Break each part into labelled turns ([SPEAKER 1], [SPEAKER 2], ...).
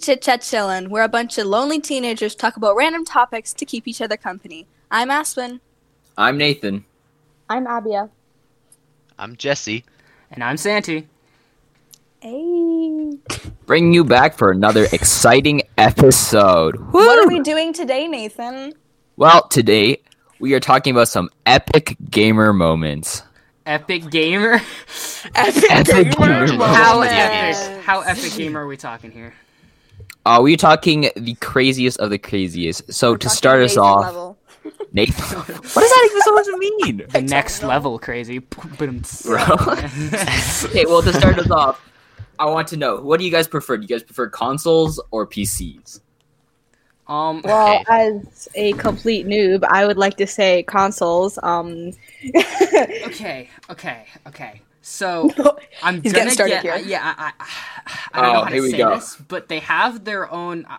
[SPEAKER 1] Chit Chat Chillin', where a bunch of lonely teenagers talk about random topics to keep each other company. I'm Aspen.
[SPEAKER 2] I'm Nathan.
[SPEAKER 3] I'm Abia.
[SPEAKER 4] I'm Jesse.
[SPEAKER 5] And I'm Santi.
[SPEAKER 1] Hey.
[SPEAKER 2] Bringing you back for another exciting episode.
[SPEAKER 1] What are
[SPEAKER 2] Woo!
[SPEAKER 1] we doing today, Nathan?
[SPEAKER 2] Well, today we are talking about some epic gamer moments.
[SPEAKER 5] Epic gamer.
[SPEAKER 2] Epic gamer
[SPEAKER 5] How
[SPEAKER 2] moments.
[SPEAKER 5] epic? How epic gamer are we talking here?
[SPEAKER 2] Are Uh, we talking the craziest of the craziest? So to
[SPEAKER 1] Talking
[SPEAKER 2] start us
[SPEAKER 1] basic
[SPEAKER 2] off,
[SPEAKER 1] level.
[SPEAKER 2] Nathan, what does that even supposed to mean,
[SPEAKER 5] The next level crazy. Boom.
[SPEAKER 2] bro? okay, well to start us off, I want to know what do you guys prefer? Do you guys prefer consoles or PCs?
[SPEAKER 5] um.
[SPEAKER 3] Well,
[SPEAKER 4] Okay.
[SPEAKER 3] as a complete noob, I would like to say consoles. Um,
[SPEAKER 5] Okay. Okay. Okay. So I'm
[SPEAKER 1] He's
[SPEAKER 5] gonna
[SPEAKER 1] getting started
[SPEAKER 5] get.
[SPEAKER 1] here.
[SPEAKER 5] I- yeah. I, I, I don't
[SPEAKER 2] Oh,
[SPEAKER 5] know how
[SPEAKER 2] here we
[SPEAKER 5] to say
[SPEAKER 2] go.
[SPEAKER 5] this, but they have their own. Uh,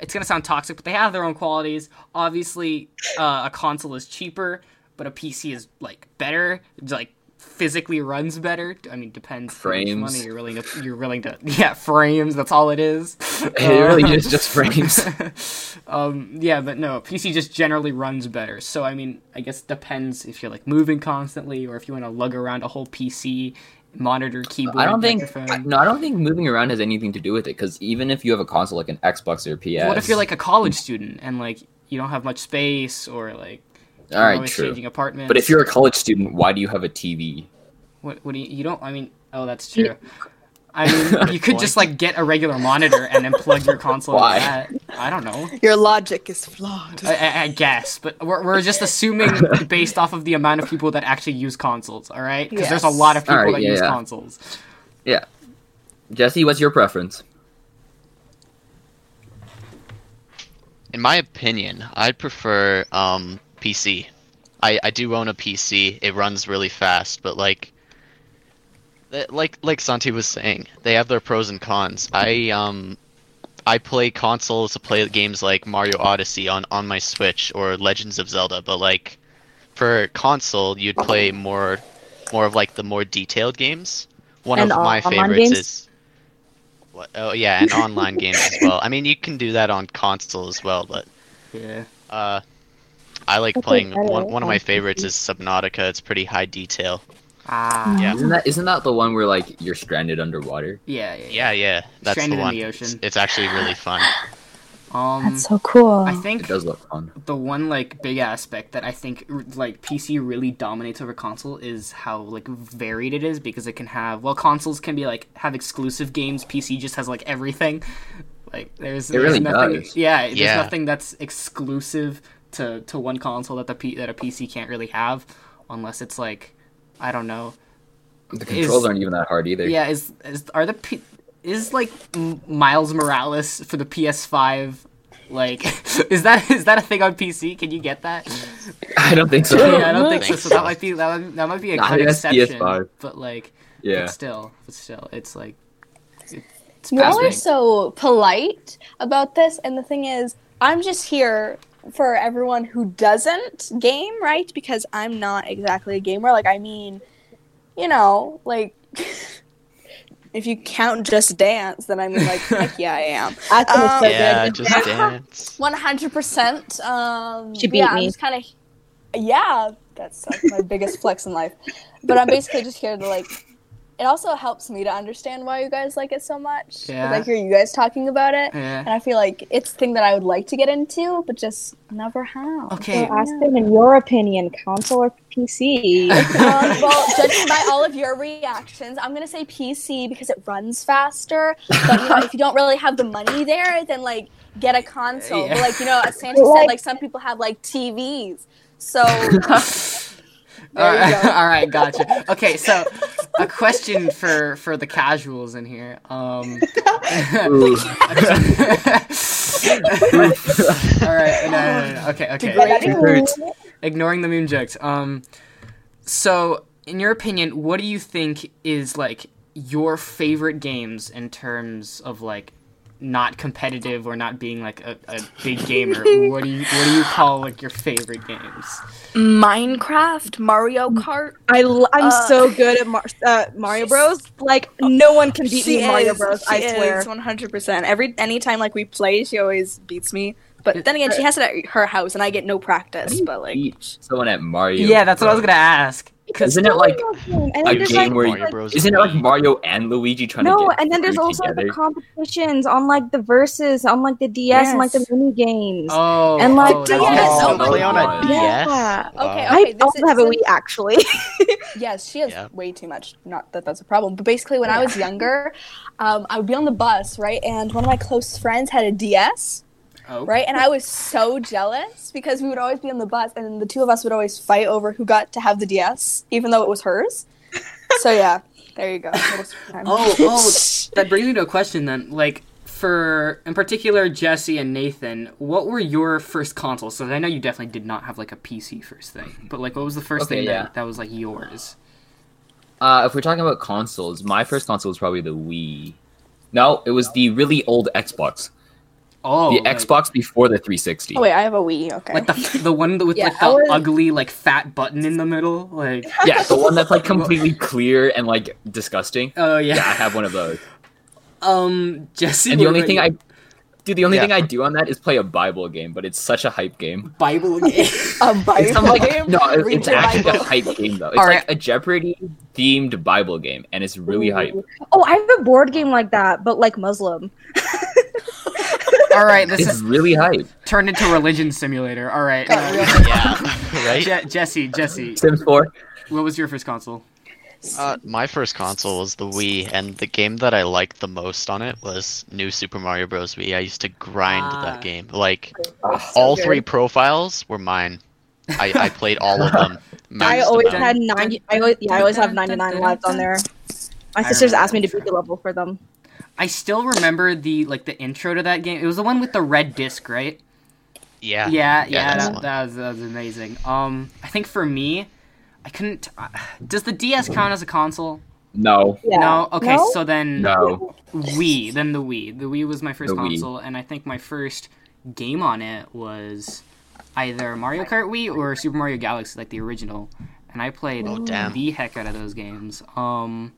[SPEAKER 5] it's gonna sound toxic, but they have their own qualities. Obviously, uh, a console is cheaper, but a PC is like better. It's, Like physically runs better. I mean, depends how much
[SPEAKER 2] Frames.
[SPEAKER 5] money you're willing to. You're willing to. Yeah, frames. That's all it is.
[SPEAKER 2] It really
[SPEAKER 5] Uh,
[SPEAKER 2] is just frames.
[SPEAKER 5] um, yeah, but no, PC just generally runs better. So I mean, I guess depends if you're like moving constantly or if you want to lug around a whole PC, monitor, keyboard,
[SPEAKER 2] I don't think
[SPEAKER 5] microphone.
[SPEAKER 2] I- no, I don't think moving around has anything to do with it. Because even if you have a console like an Xbox or a PS,
[SPEAKER 5] What if you're like a college student and like you don't have much space or like
[SPEAKER 2] all
[SPEAKER 5] you're
[SPEAKER 2] right,
[SPEAKER 5] always
[SPEAKER 2] true.
[SPEAKER 5] changing apartments?
[SPEAKER 2] But if you're a college student, why do you have a TV?
[SPEAKER 5] what, what do you, you don't? I mean, oh, that's true. I mean, you could just like get a regular monitor and then plug your console.
[SPEAKER 2] Why?
[SPEAKER 5] In that. I don't know.
[SPEAKER 1] Your logic is flawed.
[SPEAKER 5] I- I, I guess, but we're, we're just assuming based off of the amount of people that actually use consoles, all right? Because there's a
[SPEAKER 1] Yes.
[SPEAKER 5] lot of people
[SPEAKER 2] All right,
[SPEAKER 5] that
[SPEAKER 2] yeah,
[SPEAKER 5] use
[SPEAKER 2] yeah.
[SPEAKER 5] consoles.
[SPEAKER 2] Yeah, Jesse, what's your preference?
[SPEAKER 4] In my opinion, I'd prefer um, PC. I, I do own a PC. It runs really fast, but like, th- like like Santi was saying, they have their pros and cons. I um, I play consoles to play games like Mario Odyssey on on my Switch or Legends of Zelda, but like, for console, you'd play more more of like the more detailed games. One
[SPEAKER 3] And
[SPEAKER 4] of my
[SPEAKER 3] online
[SPEAKER 4] favorites
[SPEAKER 3] games?
[SPEAKER 4] is. What? Oh yeah, and online games as well. I mean, you can do that on console as well, but
[SPEAKER 5] Yeah.
[SPEAKER 4] uh, I like
[SPEAKER 3] That's
[SPEAKER 4] playing
[SPEAKER 3] better
[SPEAKER 4] one. One of my
[SPEAKER 3] on
[SPEAKER 4] favorites is Subnautica. It's pretty high detail.
[SPEAKER 3] Oh.
[SPEAKER 5] Ah.
[SPEAKER 4] Yeah.
[SPEAKER 2] Isn't that isn't that the one where like you're stranded underwater?
[SPEAKER 5] Yeah, yeah, yeah.
[SPEAKER 4] Yeah, yeah, that's
[SPEAKER 5] Stranded in
[SPEAKER 4] the one.
[SPEAKER 5] the
[SPEAKER 4] It's,
[SPEAKER 5] ocean.
[SPEAKER 4] it's actually really fun.
[SPEAKER 5] Um,
[SPEAKER 3] so cool.
[SPEAKER 5] I think
[SPEAKER 2] It does look fun.
[SPEAKER 5] the one like big aspect that I think r- like PC really dominates over console is how like varied it is because it can have well consoles can be like have exclusive games PC just has like everything like there's,
[SPEAKER 2] It
[SPEAKER 5] there's
[SPEAKER 2] really
[SPEAKER 5] nothing
[SPEAKER 2] does.
[SPEAKER 5] yeah there's
[SPEAKER 4] Yeah.
[SPEAKER 5] nothing that's exclusive to to one console that the P- that a PC can't really have unless it's like I don't know
[SPEAKER 2] The controls
[SPEAKER 5] Is-
[SPEAKER 2] aren't even that hard either.
[SPEAKER 5] yeah is, is are the P- is like M- Miles Morales for the PS5 like is that is that a thing on PC can you get that
[SPEAKER 2] I don't think so.
[SPEAKER 5] yeah, I
[SPEAKER 2] yeah,
[SPEAKER 5] don't think so.
[SPEAKER 4] Think
[SPEAKER 5] So
[SPEAKER 4] so.
[SPEAKER 5] that might be that might, that might be a
[SPEAKER 2] Nah,
[SPEAKER 5] kind of
[SPEAKER 2] that's
[SPEAKER 5] exception.
[SPEAKER 2] PS5.
[SPEAKER 5] But like, but still, but still, it's like it- it's
[SPEAKER 1] Y'all are
[SPEAKER 5] fascinating.
[SPEAKER 1] so polite about this, and the thing is, I'm just here for everyone who doesn't game, right? Because I'm not exactly a gamer. Like, I mean, you know, like if you count Just Dance, then I mean, like, heck yeah, I am.
[SPEAKER 3] That's
[SPEAKER 1] Um,
[SPEAKER 3] so
[SPEAKER 4] yeah,
[SPEAKER 3] good.
[SPEAKER 4] just dance.
[SPEAKER 1] One hundred percent. Um,
[SPEAKER 3] She beat
[SPEAKER 1] yeah, I'm
[SPEAKER 3] me.
[SPEAKER 1] just kind of. Yeah, that's like my biggest flex in life. But I'm basically just here to like. It also helps me to understand why you guys like it so much. 'cause I
[SPEAKER 5] Yeah.
[SPEAKER 1] hear you guys talking about it, and
[SPEAKER 5] yeah.
[SPEAKER 1] I feel like it's a thing that I would like to get into, but just never have.
[SPEAKER 5] Okay.
[SPEAKER 3] So, Aspen, in your opinion, console or PC?
[SPEAKER 1] um, well, judging by all of your reactions, I'm gonna say PC because it runs faster. But you know, if you don't really have the money there, then like get a console. But,
[SPEAKER 5] Yeah.
[SPEAKER 1] like you know, as Santa said,
[SPEAKER 3] Like-
[SPEAKER 1] like some people have like TVs. So
[SPEAKER 5] All
[SPEAKER 1] you
[SPEAKER 5] right,
[SPEAKER 1] go.
[SPEAKER 5] all right, gotcha. Okay, so a question for for the casuals in here. Um,
[SPEAKER 2] Ooh.
[SPEAKER 5] all right, no, no, no, no. okay, okay.
[SPEAKER 2] It hurts.
[SPEAKER 5] ignoring the meme jokes. Um, so in your opinion, what do you think is like your favorite games in terms of like not competitive or not being like a, a big gamer, what do you what do you call like your favorite games?
[SPEAKER 1] Minecraft, Mario Kart.
[SPEAKER 3] I l- I'm
[SPEAKER 1] Uh,
[SPEAKER 3] so good at Mar- uh, Mario Bros. Like no one can beat
[SPEAKER 1] She
[SPEAKER 3] me in Mario
[SPEAKER 1] is-
[SPEAKER 3] Bros.
[SPEAKER 1] she
[SPEAKER 3] I swear.
[SPEAKER 1] is 100%. Every anytime like we play, she always beats me. But then again, she has it at her house, and I get no practice. But like,
[SPEAKER 2] Beat someone at Mario.
[SPEAKER 5] yeah, that's what I was
[SPEAKER 2] Bros.
[SPEAKER 5] gonna ask. Because
[SPEAKER 2] Isn't it like
[SPEAKER 3] and
[SPEAKER 2] a
[SPEAKER 3] then there's
[SPEAKER 2] game
[SPEAKER 3] like,
[SPEAKER 2] where you-
[SPEAKER 4] Mario Bros.
[SPEAKER 2] isn't it like Mario and Luigi trying to
[SPEAKER 3] no,
[SPEAKER 2] get
[SPEAKER 3] and then there's
[SPEAKER 2] through
[SPEAKER 3] also like,
[SPEAKER 2] together?
[SPEAKER 3] the competitions on like the verses on like the DS and like the
[SPEAKER 1] Yes.
[SPEAKER 3] mini games.
[SPEAKER 5] oh,
[SPEAKER 3] And, like,
[SPEAKER 5] oh,
[SPEAKER 1] the-
[SPEAKER 5] that's-
[SPEAKER 1] Yes, oh
[SPEAKER 4] Oh,
[SPEAKER 1] my
[SPEAKER 4] play on
[SPEAKER 1] God.
[SPEAKER 4] a DS.
[SPEAKER 3] Yeah.
[SPEAKER 1] Okay,
[SPEAKER 4] Wow.
[SPEAKER 1] okay.
[SPEAKER 3] I
[SPEAKER 1] this
[SPEAKER 3] also have a
[SPEAKER 1] isn't-
[SPEAKER 3] Wii actually.
[SPEAKER 1] Yes, she has
[SPEAKER 4] Yeah.
[SPEAKER 1] way too much. Not that that's a problem, but basically, when I was younger, um, I would be on the bus, right? And one of my close friends had a DS,
[SPEAKER 5] oh.
[SPEAKER 1] right? And I was so jealous because we would always be on the bus, and the two of us would always fight over who got to have the DS, even though it was hers. so yeah, there you go. Little surprise.
[SPEAKER 5] Oh, oh, that brings me to a question then. Like, for in particular Jesse and Nathan, what were your first consoles? So I know you definitely did not have like a PC first thing, but like, what was the first
[SPEAKER 2] Okay,
[SPEAKER 5] thing
[SPEAKER 2] yeah.
[SPEAKER 5] that, that was like yours?
[SPEAKER 2] Uh, if we're talking about consoles, my first console was probably the Wii. No, it was the really old Xbox.
[SPEAKER 5] Oh,
[SPEAKER 2] the
[SPEAKER 5] like-
[SPEAKER 2] Xbox before the 360.
[SPEAKER 1] Oh, wait, I have a Wii. Okay.
[SPEAKER 5] like the the one with
[SPEAKER 1] Yeah,
[SPEAKER 5] like the
[SPEAKER 1] I was-
[SPEAKER 5] ugly like fat button in the middle, like
[SPEAKER 2] Yeah, the one that's like completely clear and like disgusting.
[SPEAKER 5] oh yeah.
[SPEAKER 2] Yeah, I have one of those.
[SPEAKER 5] Um, Jesse,
[SPEAKER 2] And the
[SPEAKER 5] what
[SPEAKER 2] only
[SPEAKER 5] about
[SPEAKER 2] thing
[SPEAKER 5] you?
[SPEAKER 2] I do, the only
[SPEAKER 4] Yeah.
[SPEAKER 2] thing I do on that is play a Bible game, but it's such a hype game.
[SPEAKER 5] Bible game.
[SPEAKER 1] a Bible
[SPEAKER 2] It's some, like
[SPEAKER 1] game?
[SPEAKER 2] no, it-
[SPEAKER 1] Read
[SPEAKER 2] it's
[SPEAKER 1] your
[SPEAKER 2] actually a
[SPEAKER 1] Bible.
[SPEAKER 2] hype game though. It's
[SPEAKER 5] All
[SPEAKER 2] like a Jeopardy themed Bible game, and it's really hype.
[SPEAKER 3] Oh, I have a board game like that, but like Muslim.
[SPEAKER 5] All right, this
[SPEAKER 2] It's
[SPEAKER 5] is
[SPEAKER 2] really hype.
[SPEAKER 5] turned into religion simulator. All right,
[SPEAKER 1] Got
[SPEAKER 5] uh,
[SPEAKER 1] real-
[SPEAKER 4] Yeah, right.
[SPEAKER 5] Je- Jesse, Jesse,
[SPEAKER 2] Sims 4.
[SPEAKER 5] what was your first console?
[SPEAKER 4] Uh, my first console was the Wii, and the game that I liked the most on it was New Super Mario Bros. Wii. I used to grind
[SPEAKER 5] Ah.
[SPEAKER 4] that game. Like
[SPEAKER 1] So
[SPEAKER 4] all
[SPEAKER 1] good.
[SPEAKER 4] three profiles were mine. I, I played all of them.
[SPEAKER 3] I
[SPEAKER 4] maxed
[SPEAKER 3] always
[SPEAKER 4] them out.
[SPEAKER 3] had ninety. I always, yeah, I always have ninety nine lives on there.
[SPEAKER 5] I
[SPEAKER 3] My sisters
[SPEAKER 5] remember
[SPEAKER 3] asked me to
[SPEAKER 5] that
[SPEAKER 3] beat the level for them.
[SPEAKER 5] I still remember the like the intro to that game. It was the one with the red disc, right?
[SPEAKER 4] Yeah.
[SPEAKER 5] yeah, yeah,
[SPEAKER 4] that's
[SPEAKER 5] that,
[SPEAKER 4] one.
[SPEAKER 5] that was, that was amazing. Um, I think for me, I couldn't. Uh, does the DS count as a console?
[SPEAKER 2] No,
[SPEAKER 3] Yeah.
[SPEAKER 5] No. Okay,
[SPEAKER 3] No?
[SPEAKER 5] so then
[SPEAKER 2] no.
[SPEAKER 5] Wii, then the Wii. The Wii was my first
[SPEAKER 2] The Wii.
[SPEAKER 5] console, and I think my first game on it was either Mario Kart Wii or Super Mario Galaxy, like the original. And I played
[SPEAKER 4] Oh, damn.
[SPEAKER 5] the heck out of those games. Um,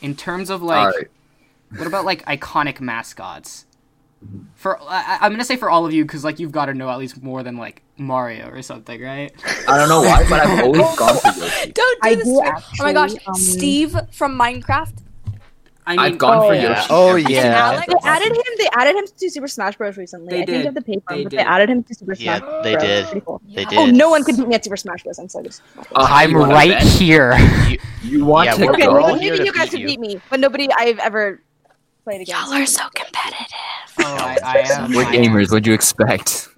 [SPEAKER 5] in terms of
[SPEAKER 2] All
[SPEAKER 5] like,
[SPEAKER 2] right.
[SPEAKER 5] what about like iconic mascots? For I, I- I'm gonna say for all of you because like you've got to know at least more than like Mario or something, right?
[SPEAKER 2] I don't know why, but I've always gone for Yoshi.
[SPEAKER 1] Don't do
[SPEAKER 3] I
[SPEAKER 1] this
[SPEAKER 3] do
[SPEAKER 1] to me. oh my gosh,
[SPEAKER 3] actually, um,
[SPEAKER 1] Steve from Minecraft.
[SPEAKER 5] I mean,
[SPEAKER 2] I've gone for
[SPEAKER 3] Oh, yeah.
[SPEAKER 2] Yoshi.
[SPEAKER 4] Oh,
[SPEAKER 2] every
[SPEAKER 4] yeah.
[SPEAKER 2] single
[SPEAKER 1] Alex-
[SPEAKER 2] time.
[SPEAKER 3] They added him. They added him to Super Smash Bros. recently.
[SPEAKER 5] They
[SPEAKER 3] I think
[SPEAKER 5] did.
[SPEAKER 3] you have to pay for him,
[SPEAKER 5] They
[SPEAKER 3] but
[SPEAKER 5] did.
[SPEAKER 3] they added him to Super
[SPEAKER 4] Yeah,
[SPEAKER 3] Smash. Bros.
[SPEAKER 4] they did.
[SPEAKER 3] Pretty cool.
[SPEAKER 4] They did.
[SPEAKER 3] Oh, no one could beat me at Super Smash Bros. I'm so good.
[SPEAKER 2] Uh,
[SPEAKER 5] I'm
[SPEAKER 2] you wanna
[SPEAKER 5] right
[SPEAKER 2] bet?
[SPEAKER 5] here.
[SPEAKER 2] You want
[SPEAKER 4] Yeah,
[SPEAKER 2] to
[SPEAKER 4] we're
[SPEAKER 3] Okay,
[SPEAKER 2] go?
[SPEAKER 4] all here
[SPEAKER 3] maybe
[SPEAKER 4] to
[SPEAKER 3] you guys
[SPEAKER 4] beat
[SPEAKER 3] could
[SPEAKER 4] you.
[SPEAKER 3] beat me, but nobody I've ever played against.
[SPEAKER 1] Y'all are so competitive.
[SPEAKER 5] Oh, I, I am.
[SPEAKER 2] We're
[SPEAKER 5] I am.
[SPEAKER 2] gamers. What'd you expect?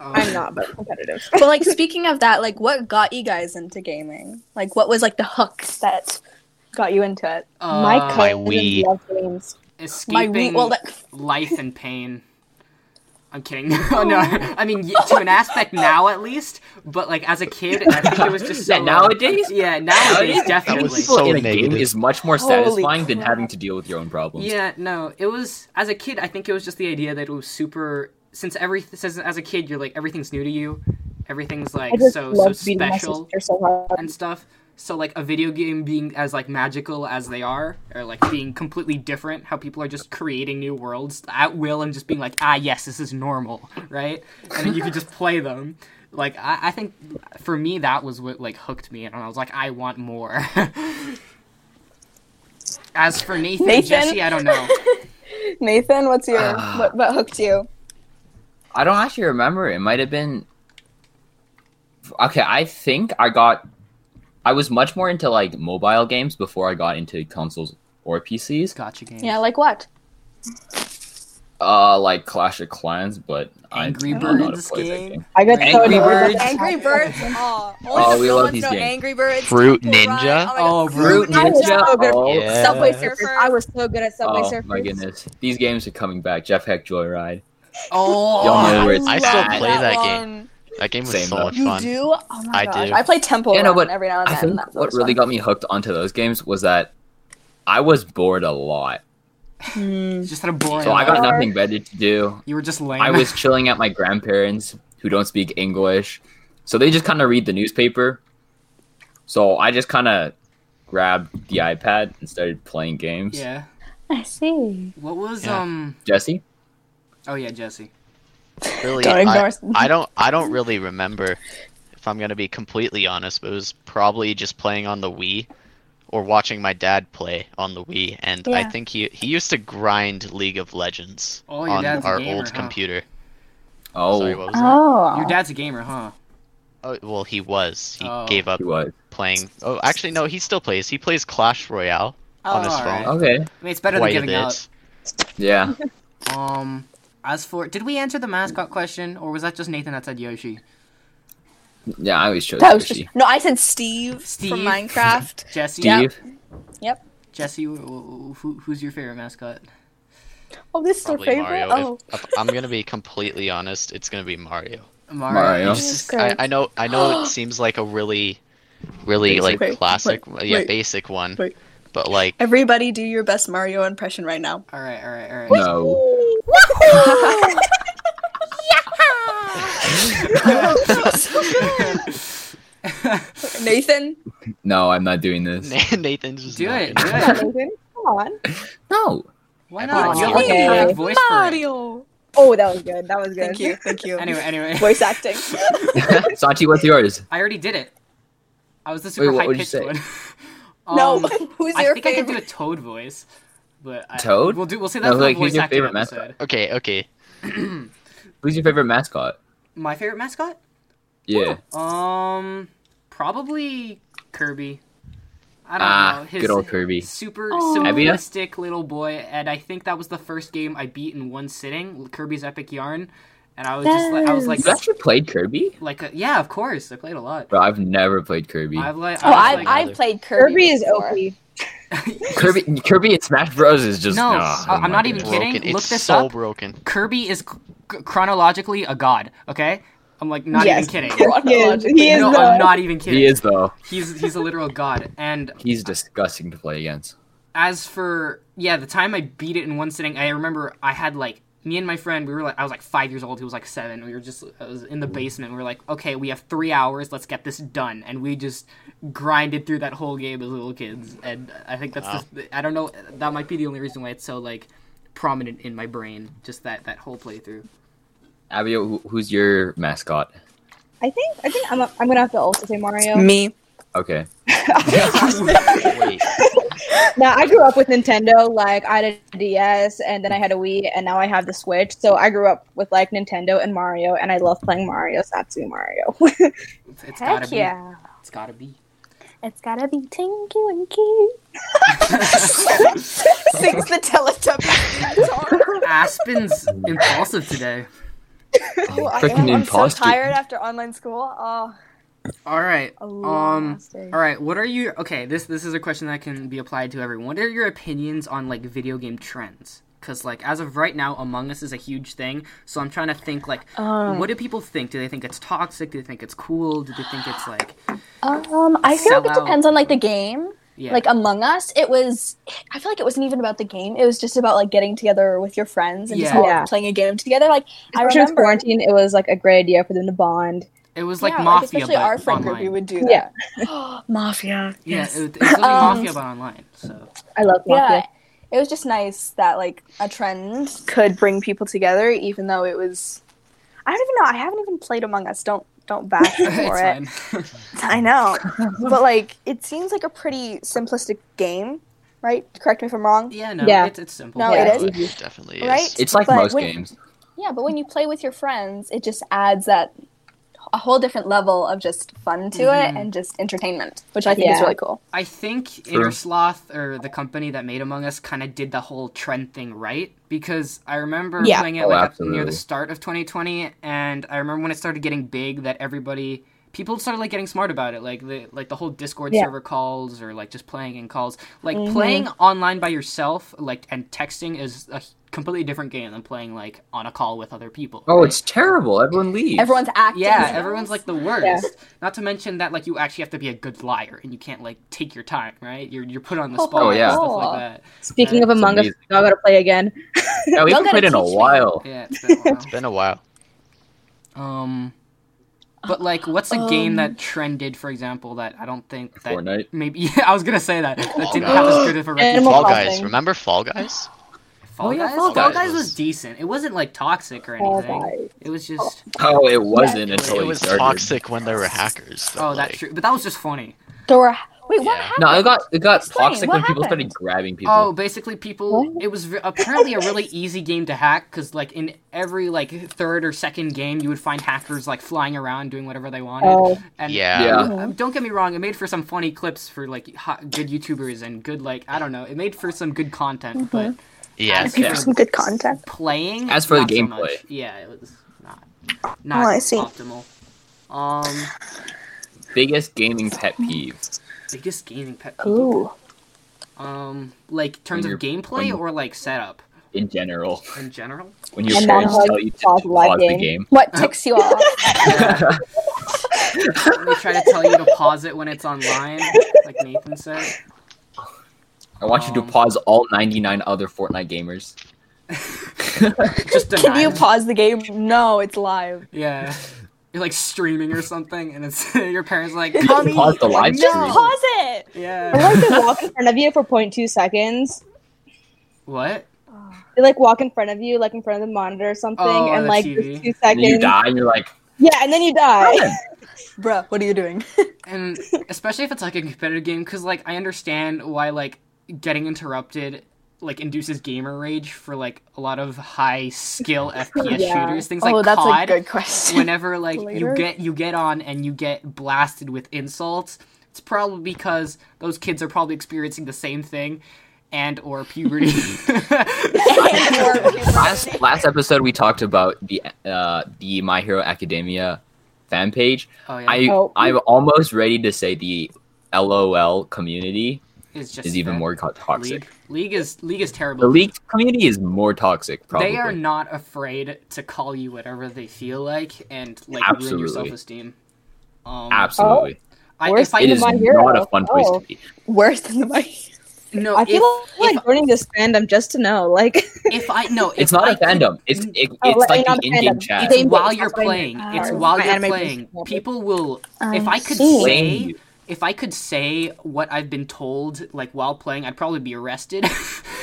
[SPEAKER 5] Oh.
[SPEAKER 3] I'm not, but competitive.
[SPEAKER 1] but like speaking of that, like what got you guys into gaming? Like what was like the hook that got you into it?
[SPEAKER 5] Uh,
[SPEAKER 3] my
[SPEAKER 4] Oh, My
[SPEAKER 3] cousins
[SPEAKER 4] Wii.
[SPEAKER 3] love games.
[SPEAKER 1] My
[SPEAKER 5] escaping
[SPEAKER 1] Wii, well, that,
[SPEAKER 5] life and pain. I'm kidding. oh, no, I mean y- to an aspect now at least, but like as a kid, I think it was just so
[SPEAKER 2] Yeah, nowadays?
[SPEAKER 5] Yeah, nowadays
[SPEAKER 2] Nowadays,
[SPEAKER 4] That
[SPEAKER 5] definitely.
[SPEAKER 4] was
[SPEAKER 2] people
[SPEAKER 4] so
[SPEAKER 2] in a game
[SPEAKER 4] negative.
[SPEAKER 2] is much more
[SPEAKER 1] Holy
[SPEAKER 2] satisfying than
[SPEAKER 1] crap.
[SPEAKER 2] having to deal with your own problems.
[SPEAKER 5] Yeah, no, it was as a kid. I think it was just the idea that it was super. Since every since as a kid, you're like everything's new to you, everything's
[SPEAKER 3] I
[SPEAKER 5] like
[SPEAKER 3] just
[SPEAKER 5] so so
[SPEAKER 3] love beating my
[SPEAKER 5] special
[SPEAKER 3] sister so hard.
[SPEAKER 5] and stuff. So like a video game being as like magical as they are, or like being completely different, how people are just creating new worlds at will and just being like, ah, yes, this is normal, right? And then you could just play them. Like I, I think for me that was what like hooked me, and I was like, I want more. as for Nathan,
[SPEAKER 1] Nathan?
[SPEAKER 5] Jesse, I don't know.
[SPEAKER 1] Nathan, what's your
[SPEAKER 2] Ah.
[SPEAKER 1] what, what hooked you?
[SPEAKER 2] I don't actually remember. It might have been. Okay, I think I got. I was much more into like mobile games before I got into consoles or PCs.
[SPEAKER 5] Gotcha game.
[SPEAKER 1] Yeah, like what?
[SPEAKER 2] Uh, like Clash of Clans, but
[SPEAKER 5] Angry
[SPEAKER 2] I don't know how to
[SPEAKER 5] Birds
[SPEAKER 2] play that
[SPEAKER 5] game?
[SPEAKER 2] game.
[SPEAKER 3] I got so
[SPEAKER 2] Angry
[SPEAKER 3] annoyed.
[SPEAKER 5] Birds.
[SPEAKER 1] Angry Birds. Oh,
[SPEAKER 2] Oh, we
[SPEAKER 1] so
[SPEAKER 2] love
[SPEAKER 1] much
[SPEAKER 2] these
[SPEAKER 1] no
[SPEAKER 2] games.
[SPEAKER 1] Angry Birds.
[SPEAKER 4] Fruit
[SPEAKER 1] Temple Run.
[SPEAKER 4] Ninja?
[SPEAKER 1] Oh,
[SPEAKER 5] Oh,
[SPEAKER 1] my God.
[SPEAKER 2] Fruit
[SPEAKER 3] I was
[SPEAKER 2] Ninja.
[SPEAKER 3] so good.
[SPEAKER 2] Oh,
[SPEAKER 4] Yeah.
[SPEAKER 1] Subway
[SPEAKER 4] Uh,
[SPEAKER 1] Surfers.
[SPEAKER 3] I was so good at Subway
[SPEAKER 2] oh,
[SPEAKER 3] Surfers.
[SPEAKER 2] my goodness! These games are coming back. Jeff Heck Joyride.
[SPEAKER 5] Oh,
[SPEAKER 2] Y'all know where it's
[SPEAKER 4] I
[SPEAKER 2] at.
[SPEAKER 4] still play that game.
[SPEAKER 1] one.
[SPEAKER 4] That game was
[SPEAKER 2] Same,
[SPEAKER 4] so
[SPEAKER 2] though.
[SPEAKER 4] much
[SPEAKER 1] You
[SPEAKER 4] fun.
[SPEAKER 1] do? Oh my
[SPEAKER 4] I
[SPEAKER 1] gosh.
[SPEAKER 4] do.
[SPEAKER 1] I play Temple
[SPEAKER 2] Yeah, no,
[SPEAKER 1] Run
[SPEAKER 2] but
[SPEAKER 1] every now and
[SPEAKER 2] I
[SPEAKER 1] then.
[SPEAKER 2] think
[SPEAKER 1] That's
[SPEAKER 2] what
[SPEAKER 1] always
[SPEAKER 2] really
[SPEAKER 1] fun.
[SPEAKER 2] got me hooked onto those games was that I was bored a lot.
[SPEAKER 5] You just had a boring.
[SPEAKER 2] So I got
[SPEAKER 5] life.
[SPEAKER 2] nothing better to do.
[SPEAKER 5] You were just lame.
[SPEAKER 2] I was chilling at my grandparents who don't speak English. So they just kind of read the newspaper. So I just kind of grabbed the iPad and started playing games.
[SPEAKER 5] Yeah.
[SPEAKER 1] I see.
[SPEAKER 5] What was
[SPEAKER 4] Yeah.
[SPEAKER 5] um?
[SPEAKER 2] Jesse?
[SPEAKER 5] Oh yeah, Jesse.
[SPEAKER 4] Really,
[SPEAKER 3] Don't
[SPEAKER 4] I,
[SPEAKER 3] ignore.
[SPEAKER 4] I don't. I don't really remember. If I'm gonna be completely honest, but it was probably just playing on the Wii, or watching my dad play on the Wii. And I
[SPEAKER 1] Yeah.
[SPEAKER 4] think he he used to grind League of Legends
[SPEAKER 5] Oh, your
[SPEAKER 4] on
[SPEAKER 5] dad's a
[SPEAKER 4] our
[SPEAKER 5] gamer,
[SPEAKER 4] old
[SPEAKER 5] huh?
[SPEAKER 4] computer.
[SPEAKER 2] Oh,
[SPEAKER 4] Sorry, what was that?
[SPEAKER 3] Oh.
[SPEAKER 5] Your dad's a gamer, huh?
[SPEAKER 4] Oh, well, he was. He
[SPEAKER 5] Oh.
[SPEAKER 4] gave up
[SPEAKER 2] he was.
[SPEAKER 4] playing. Oh, actually, no, he still plays. He plays Clash Royale
[SPEAKER 1] Oh.
[SPEAKER 4] on his
[SPEAKER 5] all right.
[SPEAKER 4] phone.
[SPEAKER 2] Okay.
[SPEAKER 5] I mean, it's better than
[SPEAKER 4] quite a
[SPEAKER 5] giving
[SPEAKER 4] bit.
[SPEAKER 2] Yeah.
[SPEAKER 5] out. Um, as for did we answer the mascot question, or was that just Nathan that said Yoshi?
[SPEAKER 2] Yeah, I always chose
[SPEAKER 1] That was just
[SPEAKER 2] Yoshi.
[SPEAKER 1] no. I said Steve,
[SPEAKER 5] Steve?
[SPEAKER 1] from Minecraft.
[SPEAKER 5] Jesse.
[SPEAKER 1] Yeah.
[SPEAKER 2] Steve?
[SPEAKER 5] Jesse, wh- wh- who, who's your favorite mascot?
[SPEAKER 1] oh, this is our
[SPEAKER 4] Probably
[SPEAKER 1] favorite.
[SPEAKER 4] Mario.
[SPEAKER 1] oh,
[SPEAKER 4] If, if I'm gonna be completely honest, it's gonna be Mario.
[SPEAKER 5] Mario.
[SPEAKER 2] Mario.
[SPEAKER 5] You
[SPEAKER 1] Jesus
[SPEAKER 5] just-
[SPEAKER 4] I,
[SPEAKER 1] Christ.
[SPEAKER 4] I know. I know. it seems like a really, really
[SPEAKER 3] Basic.
[SPEAKER 4] like
[SPEAKER 3] Wait,
[SPEAKER 4] classic, yeah,
[SPEAKER 3] wait,
[SPEAKER 4] basic one.
[SPEAKER 3] wait.
[SPEAKER 4] But like,
[SPEAKER 3] Everybody, do your best Mario impression right now.
[SPEAKER 5] all right, all right, all right.
[SPEAKER 2] No.
[SPEAKER 1] Nathan.
[SPEAKER 2] No, I'm not doing this.
[SPEAKER 4] Nathan's just
[SPEAKER 5] Do
[SPEAKER 4] not
[SPEAKER 5] it, do
[SPEAKER 4] gonna-
[SPEAKER 1] Come on,
[SPEAKER 5] it.
[SPEAKER 1] Nathan. Come on.
[SPEAKER 2] No.
[SPEAKER 5] Why
[SPEAKER 4] I
[SPEAKER 5] not?
[SPEAKER 4] think
[SPEAKER 5] You have
[SPEAKER 4] it's
[SPEAKER 5] like a
[SPEAKER 3] okay.
[SPEAKER 5] perfect voice for it.
[SPEAKER 1] Mario.
[SPEAKER 3] Oh, that was good. That was good.
[SPEAKER 1] Thank you.
[SPEAKER 3] Thank you.
[SPEAKER 5] Anyway, anyway,
[SPEAKER 3] Voice acting.
[SPEAKER 2] Sanchi, what's yours?
[SPEAKER 5] I already did it. I was the super
[SPEAKER 2] what
[SPEAKER 5] high
[SPEAKER 2] would you
[SPEAKER 5] pitched
[SPEAKER 2] say?
[SPEAKER 5] one.
[SPEAKER 1] no.
[SPEAKER 5] Um,
[SPEAKER 1] Who's
[SPEAKER 5] I
[SPEAKER 1] your
[SPEAKER 5] think I
[SPEAKER 1] favorite?
[SPEAKER 5] can do a toad voice, but I,
[SPEAKER 2] Toad?
[SPEAKER 5] We'll do. We'll say
[SPEAKER 2] No,
[SPEAKER 5] that for the
[SPEAKER 2] like, who's
[SPEAKER 5] voice
[SPEAKER 2] your
[SPEAKER 5] acting
[SPEAKER 2] favorite mascot?
[SPEAKER 5] episode.
[SPEAKER 4] Okay. Okay.
[SPEAKER 2] Who's your favorite mascot?
[SPEAKER 5] My favorite mascot?
[SPEAKER 2] Yeah.
[SPEAKER 5] Um, probably Kirby. I don't
[SPEAKER 2] Ah,
[SPEAKER 5] know. His
[SPEAKER 2] good old Kirby.
[SPEAKER 5] Super
[SPEAKER 1] Aw.
[SPEAKER 5] simplistic little boy, and I think that was the first game I beat in one sitting. Kirby's Epic Yarn, and I was just like, I was like,
[SPEAKER 2] You actually played Kirby?
[SPEAKER 5] like, a, yeah, of course, I played a lot.
[SPEAKER 2] Bro, I've never played Kirby.
[SPEAKER 5] I've like,
[SPEAKER 1] Oh,
[SPEAKER 5] I
[SPEAKER 1] I I
[SPEAKER 5] was like,
[SPEAKER 4] I've-
[SPEAKER 1] played Kirby.
[SPEAKER 3] Kirby is
[SPEAKER 1] before.
[SPEAKER 3] OP.
[SPEAKER 2] Kirby, Kirby and Smash Bros is just
[SPEAKER 5] No,
[SPEAKER 2] ah,
[SPEAKER 5] I- I'm
[SPEAKER 2] my
[SPEAKER 5] not even
[SPEAKER 2] goodness.
[SPEAKER 5] kidding.
[SPEAKER 4] Broken.
[SPEAKER 5] Look
[SPEAKER 4] it's
[SPEAKER 5] this
[SPEAKER 4] so
[SPEAKER 5] up.
[SPEAKER 4] broken.
[SPEAKER 5] Kirby is c- c- chronologically a god. Okay, I'm like not
[SPEAKER 3] Yes.
[SPEAKER 5] even kidding.
[SPEAKER 3] He is.
[SPEAKER 1] Chronologically.
[SPEAKER 3] He is
[SPEAKER 5] no,
[SPEAKER 3] the-
[SPEAKER 5] I'm not even kidding.
[SPEAKER 2] He is though.
[SPEAKER 5] He's he's a literal god, and
[SPEAKER 2] He's disgusting to play against.
[SPEAKER 5] as for yeah, the time I beat it in one sitting, I remember I had like me and my friend. We were like, I was like five years old. He was like seven. We were just I was in the basement. We were like, okay, we have three hours. Let's get this done. And we just grinded through that whole game as little kids. And I think that's the, I don't know. That might be the only reason why it's so like prominent in my brain. Just that that whole playthrough.
[SPEAKER 2] Abio, who, who's your mascot?
[SPEAKER 3] I think. I think I'm. A, I'm gonna have to also say Mario.
[SPEAKER 1] Me.
[SPEAKER 2] Okay.
[SPEAKER 4] Wait.
[SPEAKER 3] Now I grew up with Nintendo. Like I had a DS, and then I had a Wii, and now I have the Switch. So I grew up with like Nintendo and Mario, and I love playing Mario. Satsu Mario.
[SPEAKER 5] It's, it's gotta
[SPEAKER 1] Heck
[SPEAKER 5] be.
[SPEAKER 1] yeah.
[SPEAKER 5] It's gotta be.
[SPEAKER 1] It's gotta be Tinky Winky. Sings the Teletubbies theme song.
[SPEAKER 5] Aspen's impulsive today.
[SPEAKER 1] Oh, I
[SPEAKER 2] Freaking
[SPEAKER 1] am. I'm so
[SPEAKER 2] imposter.
[SPEAKER 1] tired after online school. Oh,
[SPEAKER 5] All right.
[SPEAKER 1] a
[SPEAKER 5] Um.
[SPEAKER 1] last day.
[SPEAKER 5] All right, what are your okay? This this is a question that can be applied to everyone. What are your opinions on like video game trends? Because like as of right now, Among Us is a huge thing. So I'm trying to think like,
[SPEAKER 1] Um.
[SPEAKER 5] what do people think? Do they think it's toxic? Do they think it's cool? Do they think it's like
[SPEAKER 1] Um, I feel like
[SPEAKER 5] Sell
[SPEAKER 1] it
[SPEAKER 5] out.
[SPEAKER 1] depends on like the game.
[SPEAKER 5] yeah?
[SPEAKER 1] Like Among Us, it was. I feel like it wasn't even about the game. It was just about like getting together with your friends and just
[SPEAKER 5] Yeah.
[SPEAKER 1] all
[SPEAKER 3] Yeah.
[SPEAKER 1] playing a game together. Like I
[SPEAKER 3] Especially with
[SPEAKER 1] remember,
[SPEAKER 3] quarantine, it was like a great idea for them to bond.
[SPEAKER 5] it was like
[SPEAKER 1] yeah,
[SPEAKER 5] mafia,
[SPEAKER 1] especially
[SPEAKER 5] but
[SPEAKER 1] our friend
[SPEAKER 5] online.
[SPEAKER 1] group, we would do
[SPEAKER 3] Yeah.
[SPEAKER 1] that. mafia.
[SPEAKER 5] yeah, it, it was like
[SPEAKER 1] Um,
[SPEAKER 5] mafia, but online. So
[SPEAKER 3] I love
[SPEAKER 1] Yeah,
[SPEAKER 3] Mafia.
[SPEAKER 1] it was just nice that like a trend could bring people together, even though it was. I don't even know. I haven't even played Among Us. Don't don't bash me
[SPEAKER 5] it's
[SPEAKER 1] for it.
[SPEAKER 5] fine.
[SPEAKER 1] I know, but like it seems like a pretty simplistic game, right? Correct me if I'm wrong.
[SPEAKER 5] yeah, no,
[SPEAKER 3] Yeah.
[SPEAKER 5] it's it's simple.
[SPEAKER 1] No,
[SPEAKER 3] Yeah.
[SPEAKER 1] it is.
[SPEAKER 4] It definitely is.
[SPEAKER 1] Right?
[SPEAKER 2] It's like
[SPEAKER 1] But
[SPEAKER 2] most
[SPEAKER 1] when-
[SPEAKER 2] games.
[SPEAKER 1] Yeah, but when you play with your friends, it just adds that a whole different level of just fun to
[SPEAKER 5] Mhm.
[SPEAKER 1] it and just entertainment, which I think is
[SPEAKER 3] Yeah.
[SPEAKER 1] really cool.
[SPEAKER 5] I think
[SPEAKER 2] True.
[SPEAKER 5] Innersloth or the company that made Among Us kind of did the whole trend thing right because I remember
[SPEAKER 1] Yeah.
[SPEAKER 5] playing it
[SPEAKER 2] Oh,
[SPEAKER 5] like at- near
[SPEAKER 2] absolutely.
[SPEAKER 5] the start of 2020, and I remember when it started getting big that everybody people started like getting smart about it, like the like the whole Discord
[SPEAKER 3] Yeah.
[SPEAKER 5] server calls or like just playing in calls. Like
[SPEAKER 3] Mhm.
[SPEAKER 5] playing online by yourself, like and texting is a completely different game than playing like on a call with other people.
[SPEAKER 2] Oh,
[SPEAKER 5] right?
[SPEAKER 2] it's terrible. Everyone leaves.
[SPEAKER 1] Everyone's acting.
[SPEAKER 5] yeah,
[SPEAKER 1] as
[SPEAKER 5] everyone's
[SPEAKER 1] adults.
[SPEAKER 5] like the worst. Not to mention that like you actually have to be a good liar and you can't like take your time, right? You're you're put on the
[SPEAKER 1] Oh,
[SPEAKER 5] spot and
[SPEAKER 2] yeah.
[SPEAKER 5] stuff like that.
[SPEAKER 3] Speaking of
[SPEAKER 2] That's
[SPEAKER 3] Among Us,
[SPEAKER 2] amazing.
[SPEAKER 3] I gotta play again.
[SPEAKER 2] Yeah, we
[SPEAKER 1] Y'all
[SPEAKER 2] haven't played
[SPEAKER 1] gotta
[SPEAKER 2] in a
[SPEAKER 1] teach me.
[SPEAKER 2] while.
[SPEAKER 5] Yeah, it's been a while.
[SPEAKER 4] Been a while.
[SPEAKER 5] Um, but like, what's a game
[SPEAKER 1] Um,
[SPEAKER 5] that trended, for example, that I don't think that
[SPEAKER 2] Fortnite.
[SPEAKER 5] maybe yeah, I was gonna say that that didn't
[SPEAKER 4] Guys.
[SPEAKER 5] have as good of a reputation.
[SPEAKER 3] Animal
[SPEAKER 4] Fall
[SPEAKER 3] Crossing.
[SPEAKER 4] Guys. Remember Fall Guys?
[SPEAKER 5] Fall,
[SPEAKER 2] Oh, yeah,
[SPEAKER 5] Guys?
[SPEAKER 2] Fall
[SPEAKER 5] Fall
[SPEAKER 2] Guys
[SPEAKER 5] Guys was
[SPEAKER 4] was-
[SPEAKER 5] decent. It wasn't like toxic or
[SPEAKER 3] Fall
[SPEAKER 5] anything.
[SPEAKER 3] Guys.
[SPEAKER 5] It was just
[SPEAKER 2] Oh, it wasn't
[SPEAKER 5] Yeah,
[SPEAKER 2] until
[SPEAKER 4] it
[SPEAKER 2] we
[SPEAKER 4] was
[SPEAKER 2] started.
[SPEAKER 4] toxic when there were hackers. but,
[SPEAKER 5] oh, that's
[SPEAKER 4] like,
[SPEAKER 5] true. But that was just funny.
[SPEAKER 1] There were. Wait, what
[SPEAKER 4] Yeah.
[SPEAKER 1] happened?
[SPEAKER 2] No, it got it got
[SPEAKER 1] Explain,
[SPEAKER 2] toxic
[SPEAKER 1] what
[SPEAKER 2] when people
[SPEAKER 1] happened?
[SPEAKER 2] started grabbing people.
[SPEAKER 5] Oh, basically, people.
[SPEAKER 3] What?
[SPEAKER 5] It was re- apparently a really easy game to hack because, like, in every like third or second game, you would find hackers like flying around doing whatever they wanted.
[SPEAKER 3] Oh,
[SPEAKER 5] And
[SPEAKER 4] Yeah.
[SPEAKER 2] Yeah.
[SPEAKER 5] Uh, don't get me wrong, it made for some funny clips for like hot, good YouTubers and good like I don't know, it made for some good content,
[SPEAKER 1] Mm-hmm.
[SPEAKER 5] but
[SPEAKER 4] Yeah.
[SPEAKER 5] as for
[SPEAKER 2] Yeah.
[SPEAKER 1] Some good content.
[SPEAKER 5] playing
[SPEAKER 2] As for the
[SPEAKER 5] not so
[SPEAKER 2] gameplay.
[SPEAKER 5] much. yeah, it was not not
[SPEAKER 1] Oh, I see.
[SPEAKER 5] optimal. Um,
[SPEAKER 2] Biggest gaming pet peeve.
[SPEAKER 5] biggest gaming pet peeve.
[SPEAKER 1] Ooh.
[SPEAKER 5] Um, like in terms
[SPEAKER 2] When
[SPEAKER 5] of gameplay
[SPEAKER 2] when-
[SPEAKER 5] or like setup
[SPEAKER 2] In general,
[SPEAKER 5] in general.
[SPEAKER 2] when your
[SPEAKER 3] And that
[SPEAKER 2] parents
[SPEAKER 3] was
[SPEAKER 2] tell you to
[SPEAKER 3] pause
[SPEAKER 2] pause,
[SPEAKER 3] live
[SPEAKER 2] the
[SPEAKER 3] game.
[SPEAKER 2] game,
[SPEAKER 1] What ticks you off?
[SPEAKER 5] Yeah. they try to tell you to pause it when it's online, like Nathan said.
[SPEAKER 2] I want you
[SPEAKER 5] Um,
[SPEAKER 4] Oh.
[SPEAKER 2] to pause all 99 other Fortnite gamers.
[SPEAKER 5] Just
[SPEAKER 1] Can
[SPEAKER 5] deny
[SPEAKER 1] you
[SPEAKER 5] it.
[SPEAKER 1] pause the game? No, it's live.
[SPEAKER 5] Yeah. You're like streaming or something, and it's your parents are like,
[SPEAKER 1] You
[SPEAKER 5] "Come
[SPEAKER 2] pause
[SPEAKER 5] eat."
[SPEAKER 2] the
[SPEAKER 5] You're like,
[SPEAKER 2] live
[SPEAKER 5] "No!"
[SPEAKER 2] stream.
[SPEAKER 1] Pause it.
[SPEAKER 3] I
[SPEAKER 5] Yeah.
[SPEAKER 3] like they walk in front of you for 0.2 seconds.
[SPEAKER 5] What?
[SPEAKER 3] They like walk in front of you, like in front of the monitor or something,
[SPEAKER 5] Oh, on
[SPEAKER 3] and
[SPEAKER 5] the
[SPEAKER 3] like
[SPEAKER 5] TV.
[SPEAKER 3] just two
[SPEAKER 2] And
[SPEAKER 3] seconds.
[SPEAKER 2] then you die, and you're like,
[SPEAKER 3] Yeah, and then you die.
[SPEAKER 1] Bruh, what are you doing?
[SPEAKER 5] And especially if it's like a competitive game, because like I understand why like getting interrupted like induces gamer rage for like a lot of high skill FPS
[SPEAKER 3] Yeah.
[SPEAKER 5] shooters, things
[SPEAKER 1] oh,
[SPEAKER 5] like
[SPEAKER 1] that's
[SPEAKER 5] COD.
[SPEAKER 1] a good question.
[SPEAKER 5] whenever like you
[SPEAKER 1] Later.
[SPEAKER 5] get you get on and you get blasted with insults it's probably because those kids are probably experiencing the same thing and or puberty
[SPEAKER 2] last last episode we talked about the uh the My Hero Academia fan page.
[SPEAKER 5] oh yeah
[SPEAKER 2] I
[SPEAKER 3] Oh.
[SPEAKER 2] I'm almost ready to say the LOL community
[SPEAKER 5] it's just
[SPEAKER 2] is even
[SPEAKER 5] that
[SPEAKER 2] more co- toxic.
[SPEAKER 5] league league is league is terrible
[SPEAKER 2] The league community is more toxic. Probably.
[SPEAKER 5] they are not afraid to call you whatever they feel like and like ruin
[SPEAKER 2] Absolutely.
[SPEAKER 5] your self-esteem um
[SPEAKER 2] Absolutely,
[SPEAKER 5] I,
[SPEAKER 3] Worse
[SPEAKER 5] if i
[SPEAKER 2] it is
[SPEAKER 3] Oh, My
[SPEAKER 2] not
[SPEAKER 3] Hero.
[SPEAKER 2] a fun place
[SPEAKER 3] Oh.
[SPEAKER 2] to be.
[SPEAKER 1] Worse than the mic.
[SPEAKER 5] no
[SPEAKER 3] I feel
[SPEAKER 5] if,
[SPEAKER 3] like
[SPEAKER 5] if-
[SPEAKER 3] joining this fandom just to know, like,
[SPEAKER 5] if i no
[SPEAKER 2] It's
[SPEAKER 5] if
[SPEAKER 2] not
[SPEAKER 5] I
[SPEAKER 2] a
[SPEAKER 5] could-
[SPEAKER 2] fandom. It's it,
[SPEAKER 3] Oh,
[SPEAKER 2] it's
[SPEAKER 3] like
[SPEAKER 2] like
[SPEAKER 3] not
[SPEAKER 2] the
[SPEAKER 3] a
[SPEAKER 2] in-game
[SPEAKER 3] fandom.
[SPEAKER 2] chat.
[SPEAKER 5] it's
[SPEAKER 3] Game
[SPEAKER 5] while
[SPEAKER 3] Boys,
[SPEAKER 5] you're
[SPEAKER 3] that's what I
[SPEAKER 5] playing.
[SPEAKER 3] meant.
[SPEAKER 5] It's
[SPEAKER 3] Uh,
[SPEAKER 5] while
[SPEAKER 3] my
[SPEAKER 5] you're
[SPEAKER 3] anime
[SPEAKER 5] playing.
[SPEAKER 3] personality.
[SPEAKER 5] People will. If I could
[SPEAKER 1] see.
[SPEAKER 2] Blame
[SPEAKER 5] say,
[SPEAKER 2] you.
[SPEAKER 5] if I could say what I've been told, like while playing, I'd probably be arrested.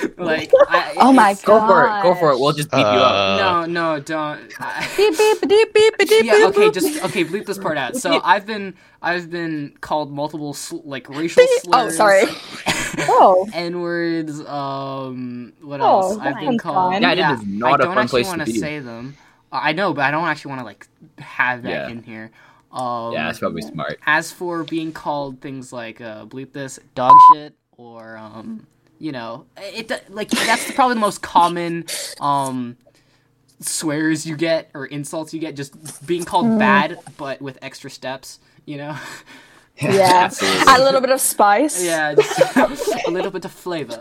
[SPEAKER 5] like, I,
[SPEAKER 1] Oh my
[SPEAKER 5] it's-
[SPEAKER 2] Go for it. Go for it. We'll just beat you up.
[SPEAKER 4] Uh,
[SPEAKER 5] No, no, don't. I-
[SPEAKER 1] Beep beep beep beep beep.
[SPEAKER 5] yeah.
[SPEAKER 1] beep,
[SPEAKER 5] Okay.
[SPEAKER 1] boop.
[SPEAKER 5] Just okay. Bleep this part out. So I've been, I've been called multiple sl- like racial
[SPEAKER 1] Oh,
[SPEAKER 5] slurs.
[SPEAKER 1] sorry.
[SPEAKER 3] oh,
[SPEAKER 5] N words. Um, what
[SPEAKER 3] Oh,
[SPEAKER 5] else?
[SPEAKER 3] that
[SPEAKER 5] I've been
[SPEAKER 3] sounds
[SPEAKER 5] called.
[SPEAKER 3] fun.
[SPEAKER 2] Yeah, it is not
[SPEAKER 5] I
[SPEAKER 2] a
[SPEAKER 5] don't
[SPEAKER 2] fun
[SPEAKER 5] actually
[SPEAKER 2] place to
[SPEAKER 5] wanna
[SPEAKER 2] be.
[SPEAKER 5] say them. Uh, I know, but I don't actually want to like have that
[SPEAKER 2] Yeah.
[SPEAKER 5] in here. Um,
[SPEAKER 2] Yeah, that's probably smart.
[SPEAKER 5] as for being called things like uh, bleep this dog shit or um, you know, it it- like that's probably the most common um swears you get or insults you get just being called
[SPEAKER 1] Hmm.
[SPEAKER 5] bad but with extra steps. You know,
[SPEAKER 3] Yeah.
[SPEAKER 2] Absolutely.
[SPEAKER 1] Add a little bit of spice.
[SPEAKER 5] yeah, just a little bit of flavor.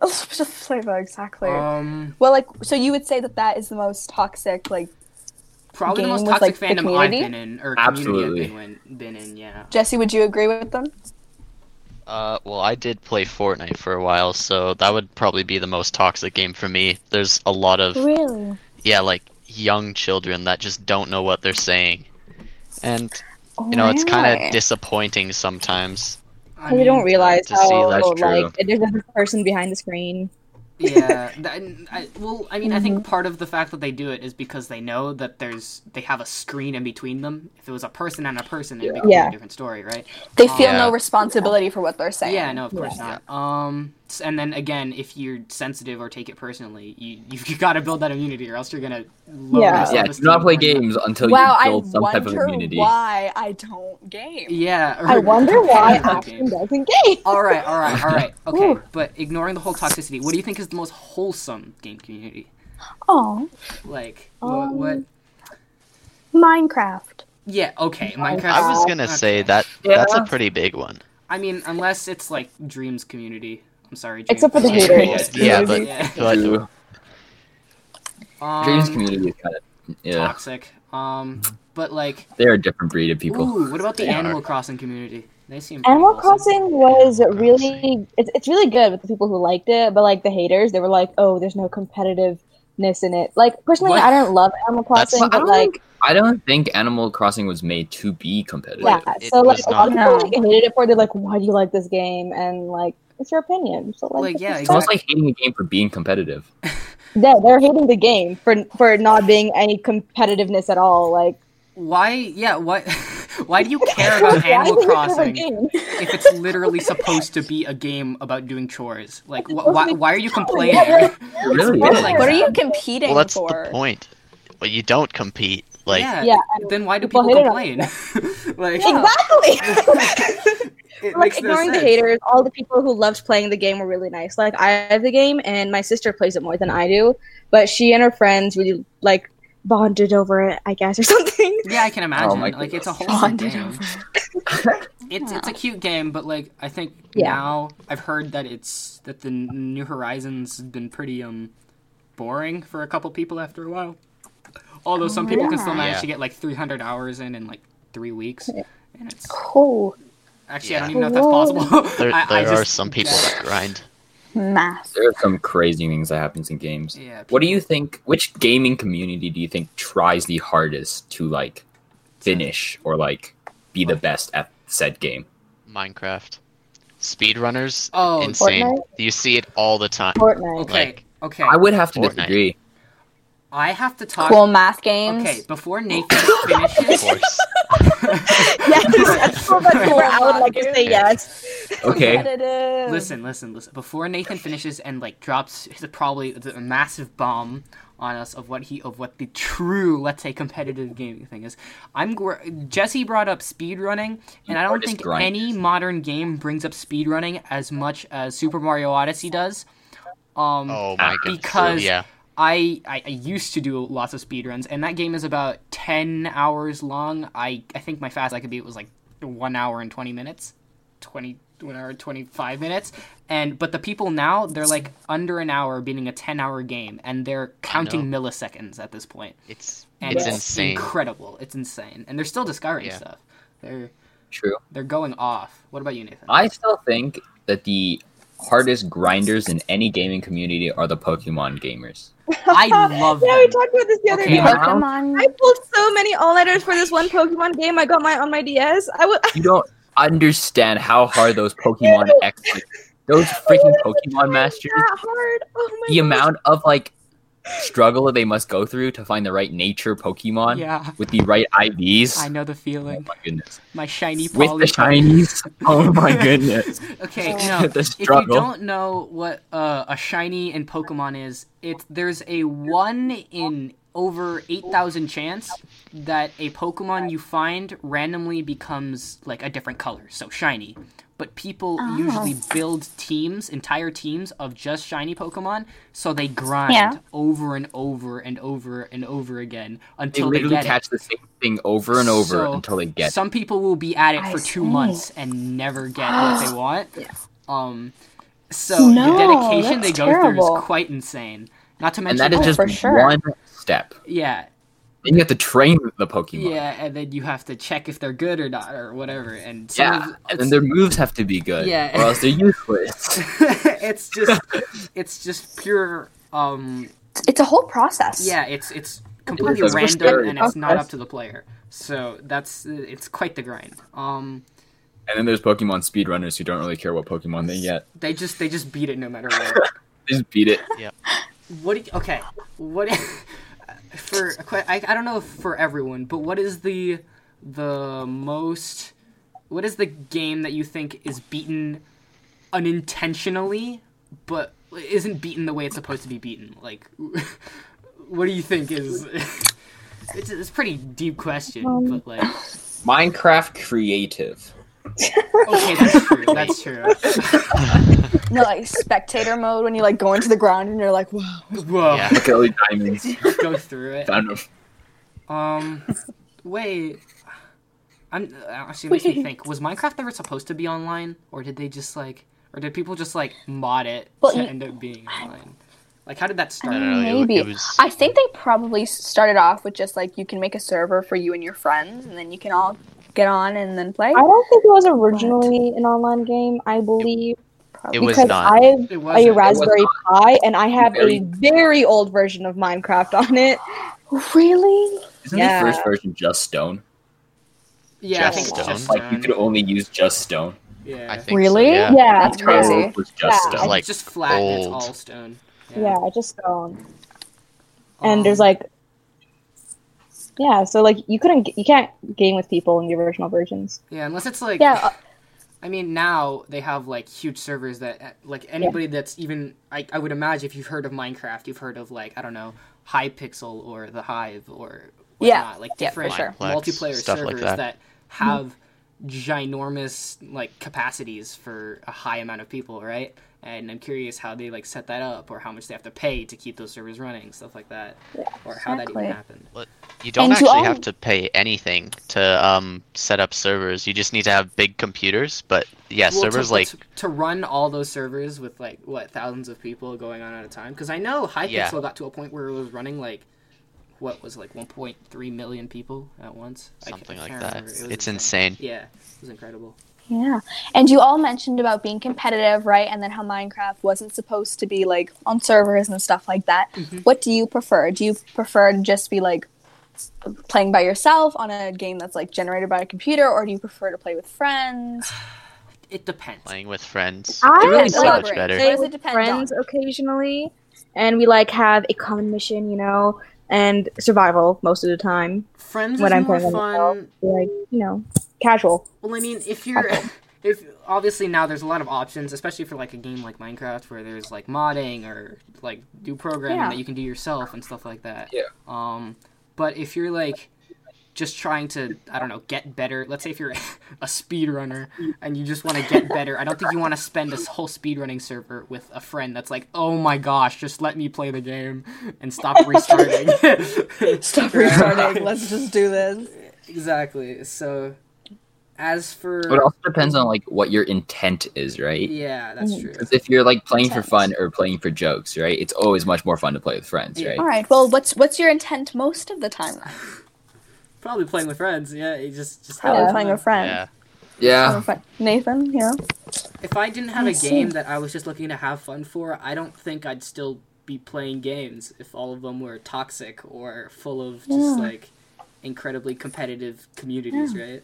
[SPEAKER 1] A little bit of flavor, exactly.
[SPEAKER 5] Um,
[SPEAKER 1] well, like, so you would say that that is the most toxic, like,
[SPEAKER 5] probably the
[SPEAKER 1] Game
[SPEAKER 5] most
[SPEAKER 1] with,
[SPEAKER 5] toxic
[SPEAKER 1] like, the
[SPEAKER 5] fandom I've
[SPEAKER 1] community?
[SPEAKER 5] been in or community
[SPEAKER 2] Absolutely.
[SPEAKER 5] I've been, in- been in. Yeah.
[SPEAKER 1] Jesse, would you agree with them?
[SPEAKER 4] Uh, well, I did play Fortnite for a while, so that would probably be the most toxic game for me. There's a lot of
[SPEAKER 1] Really?
[SPEAKER 4] yeah, like young children that just don't know what they're saying, and you know it's kind of disappointing sometimes.
[SPEAKER 5] I
[SPEAKER 3] you don't
[SPEAKER 5] mean-
[SPEAKER 3] realize
[SPEAKER 4] to see,
[SPEAKER 3] how
[SPEAKER 4] that's
[SPEAKER 2] true.
[SPEAKER 3] like there's another person behind the screen.
[SPEAKER 5] yeah th- and I, well i mean i think part of the fact that they do it is because they know that there's they have a screen in between them if it was a person and a person it'd be
[SPEAKER 3] Yeah.
[SPEAKER 5] a different story right
[SPEAKER 1] They
[SPEAKER 2] Oh,
[SPEAKER 1] feel
[SPEAKER 4] Yeah.
[SPEAKER 1] no responsibility for what they're saying.
[SPEAKER 5] yeah no of course not um s- and then again if you're sensitive or take it personally you you've got to build that immunity or else you're gonna lower
[SPEAKER 2] Yeah,
[SPEAKER 5] your
[SPEAKER 3] Yeah.
[SPEAKER 2] do
[SPEAKER 5] self-esteem
[SPEAKER 2] not play
[SPEAKER 5] or your-
[SPEAKER 2] games until
[SPEAKER 1] Wow,
[SPEAKER 2] you
[SPEAKER 1] I
[SPEAKER 2] build some type of
[SPEAKER 1] wonder
[SPEAKER 2] immunity.
[SPEAKER 1] why I don't game.
[SPEAKER 5] yeah or
[SPEAKER 3] I wonder why
[SPEAKER 5] competitive
[SPEAKER 3] Option
[SPEAKER 5] games.
[SPEAKER 3] doesn't game.
[SPEAKER 5] all right all right all right okay
[SPEAKER 3] Ooh.
[SPEAKER 5] but ignoring the whole toxicity what do you think is the most wholesome game community
[SPEAKER 1] Oh,
[SPEAKER 5] like what, what
[SPEAKER 1] Minecraft.
[SPEAKER 5] Yeah, okay. Minecraft.
[SPEAKER 4] I was gonna
[SPEAKER 5] Oh, okay.
[SPEAKER 4] say that
[SPEAKER 2] Yeah.
[SPEAKER 4] that's a pretty big one.
[SPEAKER 5] I mean, unless it's like Dreams Community. I'm sorry, Dreams.
[SPEAKER 3] Except for the haters.
[SPEAKER 4] Yeah, but-
[SPEAKER 5] Yeah.
[SPEAKER 4] But
[SPEAKER 5] Um,
[SPEAKER 2] Dreams community is kind of yeah.
[SPEAKER 5] Toxic. Um, but like,
[SPEAKER 2] They're a different breed of people.
[SPEAKER 5] ooh, what about the
[SPEAKER 2] They are.
[SPEAKER 5] Animal Crossing community? They seem pretty
[SPEAKER 3] Animal
[SPEAKER 5] awesome.
[SPEAKER 3] Crossing was really it's, it's really good with the people who liked it, but like the haters, they were like, "Oh, there's no competitiveness in it." Like personally,
[SPEAKER 5] What?
[SPEAKER 3] I don't love Animal
[SPEAKER 4] That's-
[SPEAKER 3] Crossing,
[SPEAKER 2] Well, I
[SPEAKER 3] but
[SPEAKER 2] don't
[SPEAKER 3] like
[SPEAKER 2] think- I don't think Animal Crossing was made to be competitive.
[SPEAKER 3] yeah,
[SPEAKER 4] it
[SPEAKER 3] so like
[SPEAKER 4] was
[SPEAKER 3] a lot of people
[SPEAKER 1] not-
[SPEAKER 3] like, hated it for. it. They're like, "Why do you like this game?" And like, it's your opinion. So like,
[SPEAKER 5] Like,
[SPEAKER 3] what
[SPEAKER 5] yeah,
[SPEAKER 3] the
[SPEAKER 2] It's
[SPEAKER 3] fuck?
[SPEAKER 2] almost like hating a game for being competitive.
[SPEAKER 3] yeah, they're hating the game for for not being any competitiveness at all. Like,
[SPEAKER 5] Why? Yeah. Why? Why do you care about Animal
[SPEAKER 3] why do you have a
[SPEAKER 5] Crossing
[SPEAKER 3] game?
[SPEAKER 5] if it's literally supposed to be a game about doing chores? Like, wh- why? Why are you complaining?
[SPEAKER 3] Yeah,
[SPEAKER 2] It really
[SPEAKER 5] more
[SPEAKER 2] is.
[SPEAKER 5] like-
[SPEAKER 1] what are you competing
[SPEAKER 4] well, that's
[SPEAKER 1] for?
[SPEAKER 4] the point. Well, you don't compete. Like
[SPEAKER 5] yeah.
[SPEAKER 3] Yeah,
[SPEAKER 5] Then why do
[SPEAKER 3] people
[SPEAKER 5] people,
[SPEAKER 3] hate
[SPEAKER 5] complain? like,
[SPEAKER 1] Yeah.
[SPEAKER 3] Exactly.
[SPEAKER 5] it
[SPEAKER 3] like
[SPEAKER 5] makes no
[SPEAKER 3] ignoring the
[SPEAKER 5] sense.
[SPEAKER 3] haters, all the people who loved playing the game were really nice. Like I have the game, and my sister plays it more than I do, but she and her friends really like bonded over it, I guess, or something.
[SPEAKER 5] Yeah, I can imagine.
[SPEAKER 2] Oh my
[SPEAKER 5] like, it's a
[SPEAKER 2] goodness.
[SPEAKER 5] whole
[SPEAKER 1] Bonded
[SPEAKER 5] game. it's it's a cute game, but like, I think
[SPEAKER 3] Yeah.
[SPEAKER 5] now I've heard that it's that the N- New Horizons has been pretty um boring for a couple people after a while. Although some people can still manage
[SPEAKER 4] Yeah.
[SPEAKER 5] to get like 300 hours in in like three weeks, and it's
[SPEAKER 3] Cool.
[SPEAKER 5] Actually, I
[SPEAKER 4] Yeah.
[SPEAKER 5] don't even know if that's possible.
[SPEAKER 4] there,
[SPEAKER 5] I, I
[SPEAKER 4] there are
[SPEAKER 5] just-
[SPEAKER 4] some people that grind.
[SPEAKER 1] Math.
[SPEAKER 2] There are some crazy things that happens in games.
[SPEAKER 5] Yeah.
[SPEAKER 2] What do you think? Which gaming community do you think tries the hardest to like finish or like be the best at said game?
[SPEAKER 4] Minecraft. Speedrunners,
[SPEAKER 5] Oh,
[SPEAKER 4] insane.
[SPEAKER 3] Fortnite?
[SPEAKER 4] You see it all the time.
[SPEAKER 3] Fortnite.
[SPEAKER 5] Okay.
[SPEAKER 4] like-
[SPEAKER 5] okay.
[SPEAKER 2] I would have to
[SPEAKER 4] Fortnite.
[SPEAKER 2] disagree.
[SPEAKER 5] I have to talk.
[SPEAKER 1] Cool math games.
[SPEAKER 5] okay, before Nathan finishes,
[SPEAKER 4] Of course.
[SPEAKER 3] Yes, that's so much more. I would like to say yes.
[SPEAKER 2] Okay,
[SPEAKER 1] Competitive.
[SPEAKER 5] listen, listen, listen. Before Nathan finishes and like drops the- probably the massive bomb on us of what he of what the true let's say competitive gaming thing is. I'm gr- Jesse brought up speedrunning, and I don't
[SPEAKER 2] Just
[SPEAKER 5] think
[SPEAKER 2] grind.
[SPEAKER 5] any modern game brings up speedrunning as much as Super Mario Odyssey does. Um,
[SPEAKER 4] Oh my goodness.
[SPEAKER 5] Because-
[SPEAKER 4] yeah,
[SPEAKER 5] I, I I used to do lots of speedruns, and that game is about ten hours long. I I think my fast I could beat was like one hour and twenty minutes, twenty one hour and twenty five minutes. And but the people now they're like under an hour beating a ten hour game, and they're counting milliseconds at this point.
[SPEAKER 4] it's
[SPEAKER 5] And
[SPEAKER 4] it's insane.
[SPEAKER 5] incredible. It's insane, and they're still discovering
[SPEAKER 4] Yeah.
[SPEAKER 5] stuff. They're
[SPEAKER 2] true.
[SPEAKER 5] they're going off. What about you, Nathan?
[SPEAKER 2] I still think that the hardest grinders in any gaming community are the Pokemon gamers.
[SPEAKER 5] I love
[SPEAKER 3] Yeah, we
[SPEAKER 5] them.
[SPEAKER 3] talked about this the other
[SPEAKER 5] Okay.
[SPEAKER 3] day.
[SPEAKER 5] Yeah.
[SPEAKER 1] Pokemon.
[SPEAKER 3] I pulled so many all-nighters for this one Pokemon game I got my on my DS. I would.
[SPEAKER 2] You don't understand how hard those Pokemon
[SPEAKER 3] Ew.
[SPEAKER 2] experts, those freaking
[SPEAKER 3] Oh,
[SPEAKER 2] Pokemon masters,
[SPEAKER 3] That hard. Oh my
[SPEAKER 2] the
[SPEAKER 3] gosh.
[SPEAKER 2] amount of like struggle that they must go through to find the right nature Pokemon
[SPEAKER 5] Yeah,
[SPEAKER 2] with the right IVs.
[SPEAKER 5] I know the
[SPEAKER 2] Oh
[SPEAKER 5] feeling.
[SPEAKER 2] my goodness.
[SPEAKER 5] My shiny
[SPEAKER 2] With the
[SPEAKER 5] poly-
[SPEAKER 2] shinies. Oh my goodness.
[SPEAKER 5] Okay,
[SPEAKER 3] Oh.
[SPEAKER 5] no.
[SPEAKER 2] the
[SPEAKER 5] If you
[SPEAKER 2] struggle.
[SPEAKER 5] don't know what uh, a shiny in Pokemon is, it's there's a one in over eight thousand chance that a Pokemon you find randomly becomes like a different color, so shiny. But people
[SPEAKER 1] Oh.
[SPEAKER 5] usually build teams, entire teams of just shiny Pokemon, so they grind
[SPEAKER 1] Yeah.
[SPEAKER 5] over and over and over and over again
[SPEAKER 2] They
[SPEAKER 5] until they,
[SPEAKER 2] literally
[SPEAKER 5] get it.
[SPEAKER 2] catch the same thing over and over
[SPEAKER 5] So,
[SPEAKER 2] until they get
[SPEAKER 5] Some people will be at it
[SPEAKER 1] I
[SPEAKER 5] for two
[SPEAKER 1] see.
[SPEAKER 5] months and never get what they want. Um, so
[SPEAKER 1] No,
[SPEAKER 5] the dedication they
[SPEAKER 1] that's
[SPEAKER 5] go through
[SPEAKER 1] terrible.
[SPEAKER 5] is quite insane. Not to
[SPEAKER 2] And
[SPEAKER 5] mention,
[SPEAKER 2] that is
[SPEAKER 1] Oh,
[SPEAKER 2] just
[SPEAKER 1] for sure.
[SPEAKER 2] one step.
[SPEAKER 5] yeah,
[SPEAKER 2] Then you have to train the Pokemon.
[SPEAKER 5] yeah, and then you have to check if they're good or not or whatever. And some
[SPEAKER 2] Yeah,
[SPEAKER 5] of-
[SPEAKER 2] and then their moves have to be good,
[SPEAKER 5] Yeah.
[SPEAKER 2] or else they're useless.
[SPEAKER 5] it's just, it's just pure. Um,
[SPEAKER 1] It's a whole process.
[SPEAKER 5] yeah, it's it's completely
[SPEAKER 2] It's a
[SPEAKER 5] random
[SPEAKER 2] scary
[SPEAKER 5] and it's not
[SPEAKER 3] process.
[SPEAKER 5] up to the player. So that's it's quite the grind. Um,
[SPEAKER 2] and then there's Pokemon speedrunners who don't really care what Pokemon they get.
[SPEAKER 5] they just they just beat it no matter what.
[SPEAKER 2] They just beat it.
[SPEAKER 5] What? do you- okay. What? For a que- I, I don't know if for everyone, but what is the the most? What is the game that you think is beaten unintentionally, but isn't beaten the way it's supposed to be beaten? Like, what do you think is? It's, it's a pretty deep question, but like,
[SPEAKER 2] Minecraft creative.
[SPEAKER 5] okay, that's true. That's true.
[SPEAKER 1] You know, like spectator mode when you like go into the ground and you're like, wow.
[SPEAKER 5] Whoa,
[SPEAKER 4] Yeah.
[SPEAKER 2] Look at all these diamonds.
[SPEAKER 5] go through it.
[SPEAKER 2] Found them.
[SPEAKER 5] Um, wait. I'm uh, actually it makes me think. Was Minecraft ever supposed to be online, or did they just like, or did people just like mod it
[SPEAKER 1] Well,
[SPEAKER 5] to
[SPEAKER 1] you-
[SPEAKER 5] end up being online? Like, how did that
[SPEAKER 1] I
[SPEAKER 5] start?
[SPEAKER 4] don't know, it wa-
[SPEAKER 1] Maybe.
[SPEAKER 4] it was-
[SPEAKER 1] I think they probably started off with just like you can make a server for you and your friends, and then you can all get on and then play.
[SPEAKER 3] I don't think it was originally an online game. I believe
[SPEAKER 1] Probably.
[SPEAKER 4] It was
[SPEAKER 3] because
[SPEAKER 4] not.
[SPEAKER 3] I have
[SPEAKER 5] It wasn't.
[SPEAKER 3] a
[SPEAKER 5] It was-
[SPEAKER 3] Raspberry Pi and I have
[SPEAKER 2] Very-
[SPEAKER 3] a very old version of Minecraft on it.
[SPEAKER 1] really.
[SPEAKER 2] Isn't
[SPEAKER 3] Yeah.
[SPEAKER 2] the first version just stone?
[SPEAKER 5] Yeah, I
[SPEAKER 4] Just
[SPEAKER 5] think it's just
[SPEAKER 4] Stone?
[SPEAKER 2] Like you
[SPEAKER 5] stone.
[SPEAKER 2] could only use just stone.
[SPEAKER 5] yeah.
[SPEAKER 4] I think
[SPEAKER 1] Really?
[SPEAKER 4] So, yeah.
[SPEAKER 3] Yeah,
[SPEAKER 1] That's crazy.
[SPEAKER 2] It was just
[SPEAKER 3] Yeah.
[SPEAKER 2] stone.
[SPEAKER 4] Like,
[SPEAKER 5] it's just flat and it's
[SPEAKER 4] old.
[SPEAKER 5] all stone.
[SPEAKER 3] Yeah, yeah I just um,
[SPEAKER 5] Um,
[SPEAKER 3] and there's like yeah so like you couldn't you can't game with people in the original versions
[SPEAKER 5] yeah, unless it's like
[SPEAKER 1] Yeah. uh,
[SPEAKER 5] I mean, now they have like huge servers that uh, like anybody that's even I, I would imagine if you've heard of Minecraft, you've heard of like I don't know Hypixel or the Hive or
[SPEAKER 1] Yeah.
[SPEAKER 5] whatnot, like
[SPEAKER 1] Yeah, for
[SPEAKER 5] different
[SPEAKER 1] sure. Mm-hmm.
[SPEAKER 4] Mineplex,
[SPEAKER 5] multiplayer
[SPEAKER 4] stuff like
[SPEAKER 5] servers
[SPEAKER 4] that.
[SPEAKER 5] that. have ginormous like capacities for a high amount of people, right? And I'm curious how they like set that up or how much they have to pay to keep those servers running, stuff like that, or how that even
[SPEAKER 1] exactly.
[SPEAKER 5] happened.
[SPEAKER 4] You don't
[SPEAKER 1] And to
[SPEAKER 4] actually
[SPEAKER 1] all-
[SPEAKER 4] have to pay anything to um, set up servers. You just need to have big computers. But yeah,
[SPEAKER 5] Well, to-
[SPEAKER 4] servers
[SPEAKER 5] to,
[SPEAKER 4] like
[SPEAKER 5] to, run all those servers with like what thousands of people going on at a time because i know hypixel
[SPEAKER 4] Yeah.
[SPEAKER 5] got to a point where it was running like what was it, like 1.3 million people at once I ca- I
[SPEAKER 4] something like
[SPEAKER 5] can't
[SPEAKER 4] that.
[SPEAKER 5] remember. It was
[SPEAKER 4] It's
[SPEAKER 5] insane.
[SPEAKER 4] insane.
[SPEAKER 5] yeah it was incredible
[SPEAKER 1] Yeah. And you all mentioned about being competitive, right? And then how Minecraft wasn't supposed to be like on servers and stuff like that.
[SPEAKER 5] Mhm.
[SPEAKER 1] What do you prefer? Do you prefer to just be like playing by yourself on a game that's like generated by a computer or do you prefer to play with friends?
[SPEAKER 5] it depends
[SPEAKER 4] Playing with friends.
[SPEAKER 3] I
[SPEAKER 4] It really so
[SPEAKER 1] like-
[SPEAKER 4] much better.
[SPEAKER 1] What does it depend
[SPEAKER 3] friends occasionally and we like have a common mission you know and survival most of the time
[SPEAKER 5] friends
[SPEAKER 3] When
[SPEAKER 5] is
[SPEAKER 3] I'm
[SPEAKER 5] more
[SPEAKER 3] playing
[SPEAKER 5] fun
[SPEAKER 3] myself. like you know casual
[SPEAKER 5] Well, I mean, if you're, if obviously now there's a lot of options, especially for like a game like Minecraft, where there's like modding or like do programming
[SPEAKER 1] Yeah.
[SPEAKER 5] that you can do yourself and stuff like that.
[SPEAKER 2] Yeah.
[SPEAKER 5] Um, but if you're like just trying to, I don't know, get better. Let's say if you're a speedrunner and you just want to get better, I don't think you want to spend a whole speedrunning server with a friend that's like, oh my gosh, just let me play the game and stop restarting.
[SPEAKER 1] Stop
[SPEAKER 5] restarting,
[SPEAKER 1] Let's just do this.
[SPEAKER 5] exactly. So, as for
[SPEAKER 2] But it also depends on like what your intent is, right?
[SPEAKER 5] yeah, that's true.
[SPEAKER 2] Because if you're like playing for
[SPEAKER 1] Intent.
[SPEAKER 2] fun or playing for jokes, right? It's always much more fun to play with friends,
[SPEAKER 5] Yeah.
[SPEAKER 2] right?
[SPEAKER 1] All right. Well, what's what's your intent most of the time? then?
[SPEAKER 5] Probably playing with friends. Yeah, you just just
[SPEAKER 1] Probably
[SPEAKER 5] have
[SPEAKER 1] playing
[SPEAKER 5] fun.
[SPEAKER 1] with friends.
[SPEAKER 4] Yeah.
[SPEAKER 1] Playing
[SPEAKER 2] Yeah.
[SPEAKER 1] with friends. Nathan, yeah.
[SPEAKER 5] If I didn't have
[SPEAKER 1] I
[SPEAKER 5] a
[SPEAKER 1] see.
[SPEAKER 5] game that I was just looking to have fun for, I don't think I'd still be playing games if all of them were toxic or full of just
[SPEAKER 1] Yeah.
[SPEAKER 5] like incredibly competitive communities, right?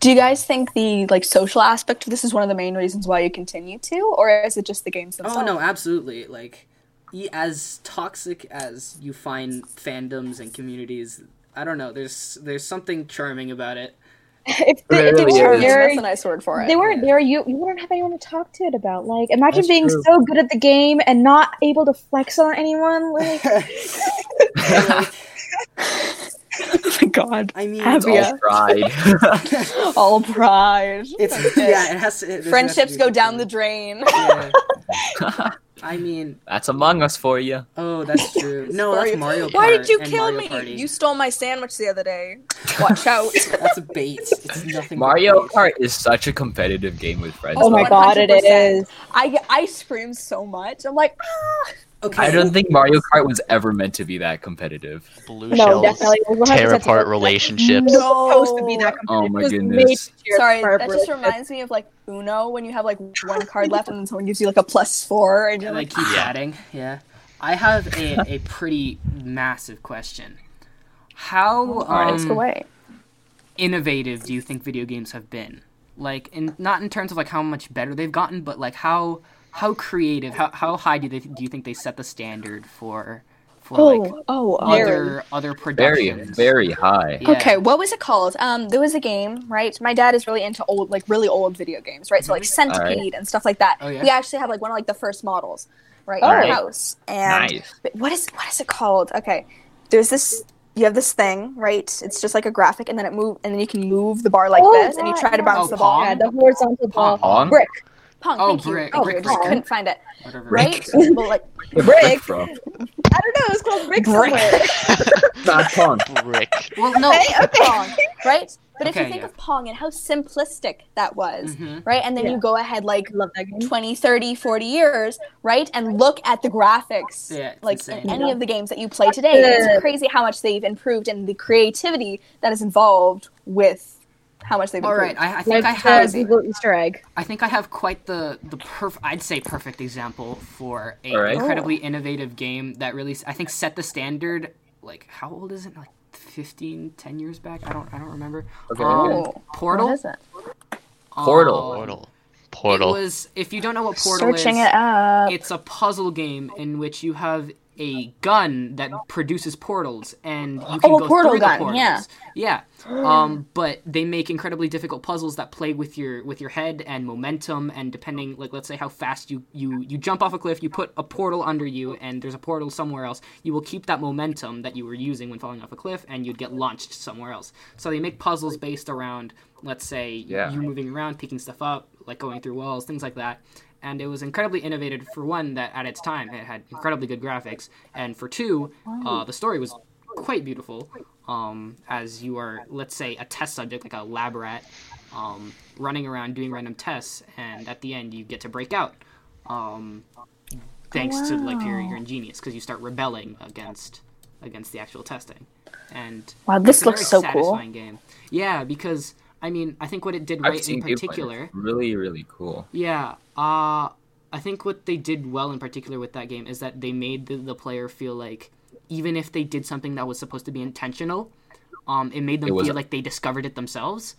[SPEAKER 1] Do you guys think the like social aspect of this is one of the main reasons why you continue to, or is it just the games themselves?
[SPEAKER 5] Oh no, absolutely. Like e- as toxic as you find fandoms and communities, I don't know. There's there's something charming about it.
[SPEAKER 3] if
[SPEAKER 2] They
[SPEAKER 3] if
[SPEAKER 2] really
[SPEAKER 3] were
[SPEAKER 2] is.
[SPEAKER 3] your-
[SPEAKER 1] that's a nice word for it.
[SPEAKER 3] they weren't there you you wouldn't have anyone to talk to it about like imagine
[SPEAKER 2] That's
[SPEAKER 3] being
[SPEAKER 2] true.
[SPEAKER 3] so good at the game and not able to flex on anyone like
[SPEAKER 1] oh my god,
[SPEAKER 5] I mean, oh,
[SPEAKER 2] It's all pride.
[SPEAKER 1] all pride.
[SPEAKER 5] it's yeah, it has to. it- there's gonna have to
[SPEAKER 1] Friendships
[SPEAKER 5] be
[SPEAKER 1] go down the
[SPEAKER 5] something.
[SPEAKER 1] drain.
[SPEAKER 5] Yeah. I mean,
[SPEAKER 2] That's Among Us for you.
[SPEAKER 5] Oh, that's true. No,
[SPEAKER 1] Sorry.
[SPEAKER 5] that's Mario Kart.
[SPEAKER 1] Why did you
[SPEAKER 5] and
[SPEAKER 1] kill
[SPEAKER 5] Mario
[SPEAKER 1] me?
[SPEAKER 5] Party.
[SPEAKER 1] You stole my sandwich the other day. Watch out.
[SPEAKER 5] That's a bait. It's nothing. but
[SPEAKER 2] Mario
[SPEAKER 5] bait.
[SPEAKER 2] Kart is such a competitive game with friends.
[SPEAKER 3] oh my
[SPEAKER 2] Like,
[SPEAKER 3] god it
[SPEAKER 1] 100%.
[SPEAKER 3] is
[SPEAKER 1] I I scream so much. I'm like, ah.
[SPEAKER 5] Okay.
[SPEAKER 2] I don't think Mario Kart was ever meant to be that competitive.
[SPEAKER 4] Blue
[SPEAKER 3] no
[SPEAKER 4] shells
[SPEAKER 3] definitely It was
[SPEAKER 4] tear
[SPEAKER 3] 100%
[SPEAKER 4] apart relationships.
[SPEAKER 1] No.
[SPEAKER 3] supposed to be that
[SPEAKER 2] Oh
[SPEAKER 3] competitive.
[SPEAKER 2] my
[SPEAKER 3] It was
[SPEAKER 2] goodness.
[SPEAKER 3] made to cheer
[SPEAKER 1] sorry.
[SPEAKER 3] for
[SPEAKER 1] That just
[SPEAKER 3] Brooklyn.
[SPEAKER 1] reminds me of like Uno when you have like one card left and then someone gives you like a plus four and you're
[SPEAKER 5] And I
[SPEAKER 1] like,
[SPEAKER 5] keep
[SPEAKER 4] Yeah.
[SPEAKER 5] adding. Yeah. I have a, a pretty massive question. How
[SPEAKER 1] alright, let's
[SPEAKER 5] um,
[SPEAKER 1] go away.
[SPEAKER 5] innovative do you think video games have been? Like, in, not in terms of like how much better they've gotten, but like how how creative, how, how high do they do you think they set the standard for for like
[SPEAKER 1] oh,
[SPEAKER 5] other other
[SPEAKER 2] Very,
[SPEAKER 5] productions?
[SPEAKER 2] very high.
[SPEAKER 5] Yeah.
[SPEAKER 1] Okay, what was it called? Um, there was a game, right? My dad is really into old, like really old video games, right? So like
[SPEAKER 2] right.
[SPEAKER 1] Centipede and stuff like that.
[SPEAKER 5] Mm-hmm. Oh, yeah?
[SPEAKER 1] We actually have like one of like the first models, right,
[SPEAKER 2] All
[SPEAKER 1] in
[SPEAKER 2] right.
[SPEAKER 1] our house. And
[SPEAKER 2] Nice.
[SPEAKER 1] but what is what is it called? Okay, there's this. You have this thing, right? It's just like a graphic, and then it move, and then you can move the bar like
[SPEAKER 3] Oh,
[SPEAKER 1] this, and you
[SPEAKER 3] yeah,
[SPEAKER 1] try to
[SPEAKER 3] yeah.
[SPEAKER 1] bounce
[SPEAKER 5] Oh,
[SPEAKER 1] the ball.
[SPEAKER 3] yeah the horizontal ball
[SPEAKER 2] Pong?
[SPEAKER 3] brick
[SPEAKER 1] Punk,
[SPEAKER 5] Oh,
[SPEAKER 1] thank
[SPEAKER 5] brick,
[SPEAKER 1] you. Oh,
[SPEAKER 5] brick,
[SPEAKER 1] I just
[SPEAKER 3] brick.
[SPEAKER 1] couldn't find it.
[SPEAKER 5] Whatever.
[SPEAKER 1] Right?
[SPEAKER 2] Brick.
[SPEAKER 1] well, like
[SPEAKER 3] Brick.
[SPEAKER 2] from.
[SPEAKER 3] I don't know. It's called brick.
[SPEAKER 1] Brick.
[SPEAKER 3] somewhere.
[SPEAKER 2] Not Pong.
[SPEAKER 4] Brick.
[SPEAKER 5] Well, no,
[SPEAKER 3] Okay, okay.
[SPEAKER 1] pong, right? But if you
[SPEAKER 5] Okay,
[SPEAKER 1] think
[SPEAKER 5] yeah.
[SPEAKER 1] of Pong and how simplistic that was,
[SPEAKER 5] Mhm.
[SPEAKER 1] right? And then
[SPEAKER 3] Yeah.
[SPEAKER 1] you go ahead like
[SPEAKER 3] love that game.
[SPEAKER 1] 20, 30, 40 years, right? And look at the graphics.
[SPEAKER 5] Yeah, it's
[SPEAKER 1] like
[SPEAKER 5] insane.
[SPEAKER 1] in any of the games that you play today,
[SPEAKER 3] Yeah.
[SPEAKER 1] it's crazy how much they've improved and the creativity that is involved with how much they've
[SPEAKER 5] All right,
[SPEAKER 1] improved.
[SPEAKER 5] I, I
[SPEAKER 3] Like
[SPEAKER 5] think I
[SPEAKER 3] the
[SPEAKER 5] have.
[SPEAKER 3] Google Easter egg.
[SPEAKER 5] I think I have quite the the perf- I'd say perfect example for a
[SPEAKER 2] All right.
[SPEAKER 5] incredibly innovative game that really s- I think set the standard. Like how old is it? Like 15, 10 years back? I don't I don't remember.
[SPEAKER 2] Okay.
[SPEAKER 5] Um,
[SPEAKER 1] Oh,
[SPEAKER 5] Portal.
[SPEAKER 1] What is it?
[SPEAKER 5] Um,
[SPEAKER 2] Portal.
[SPEAKER 4] Portal. Portal.
[SPEAKER 5] It was if you don't know what Portal
[SPEAKER 1] Searching
[SPEAKER 5] is,
[SPEAKER 1] it up.
[SPEAKER 5] it's a puzzle game in which you have a gun that produces portals and you can
[SPEAKER 1] Oh, a
[SPEAKER 5] go
[SPEAKER 1] portal
[SPEAKER 5] through
[SPEAKER 1] gun,
[SPEAKER 5] the portals. Yeah. Um, but they make incredibly difficult puzzles that play with your with your head and momentum and depending like let's say how fast you you you jump off a cliff, you put a portal under you and there's a portal somewhere else. You will keep that momentum that you were using when falling off a cliff and you'd get launched somewhere else. So they make puzzles based around let's say
[SPEAKER 2] Yeah.
[SPEAKER 5] you moving around, picking stuff up, like going through walls, things like that and it was incredibly innovative for one that at its time it had incredibly good graphics and for two uh, the story was quite beautiful um, as you are let's say a test subject like a lab rat um, running around doing random tests and at the end you get to break out um, thanks to like your, your ingenious because you start rebelling against against the actual testing and
[SPEAKER 1] Wow, this
[SPEAKER 5] it's a
[SPEAKER 1] looks so
[SPEAKER 5] very
[SPEAKER 1] cool.
[SPEAKER 5] satisfying game yeah because i mean i think what it did
[SPEAKER 2] I've
[SPEAKER 5] right in
[SPEAKER 2] seen gameplay. It's
[SPEAKER 5] particular
[SPEAKER 2] Really, really cool.
[SPEAKER 5] yeah. Uh, I think what they did well in particular with that game is that they made the, the player feel like even if they did something that was supposed to be intentional, um, it made them
[SPEAKER 2] It was-
[SPEAKER 5] feel like they discovered it themselves.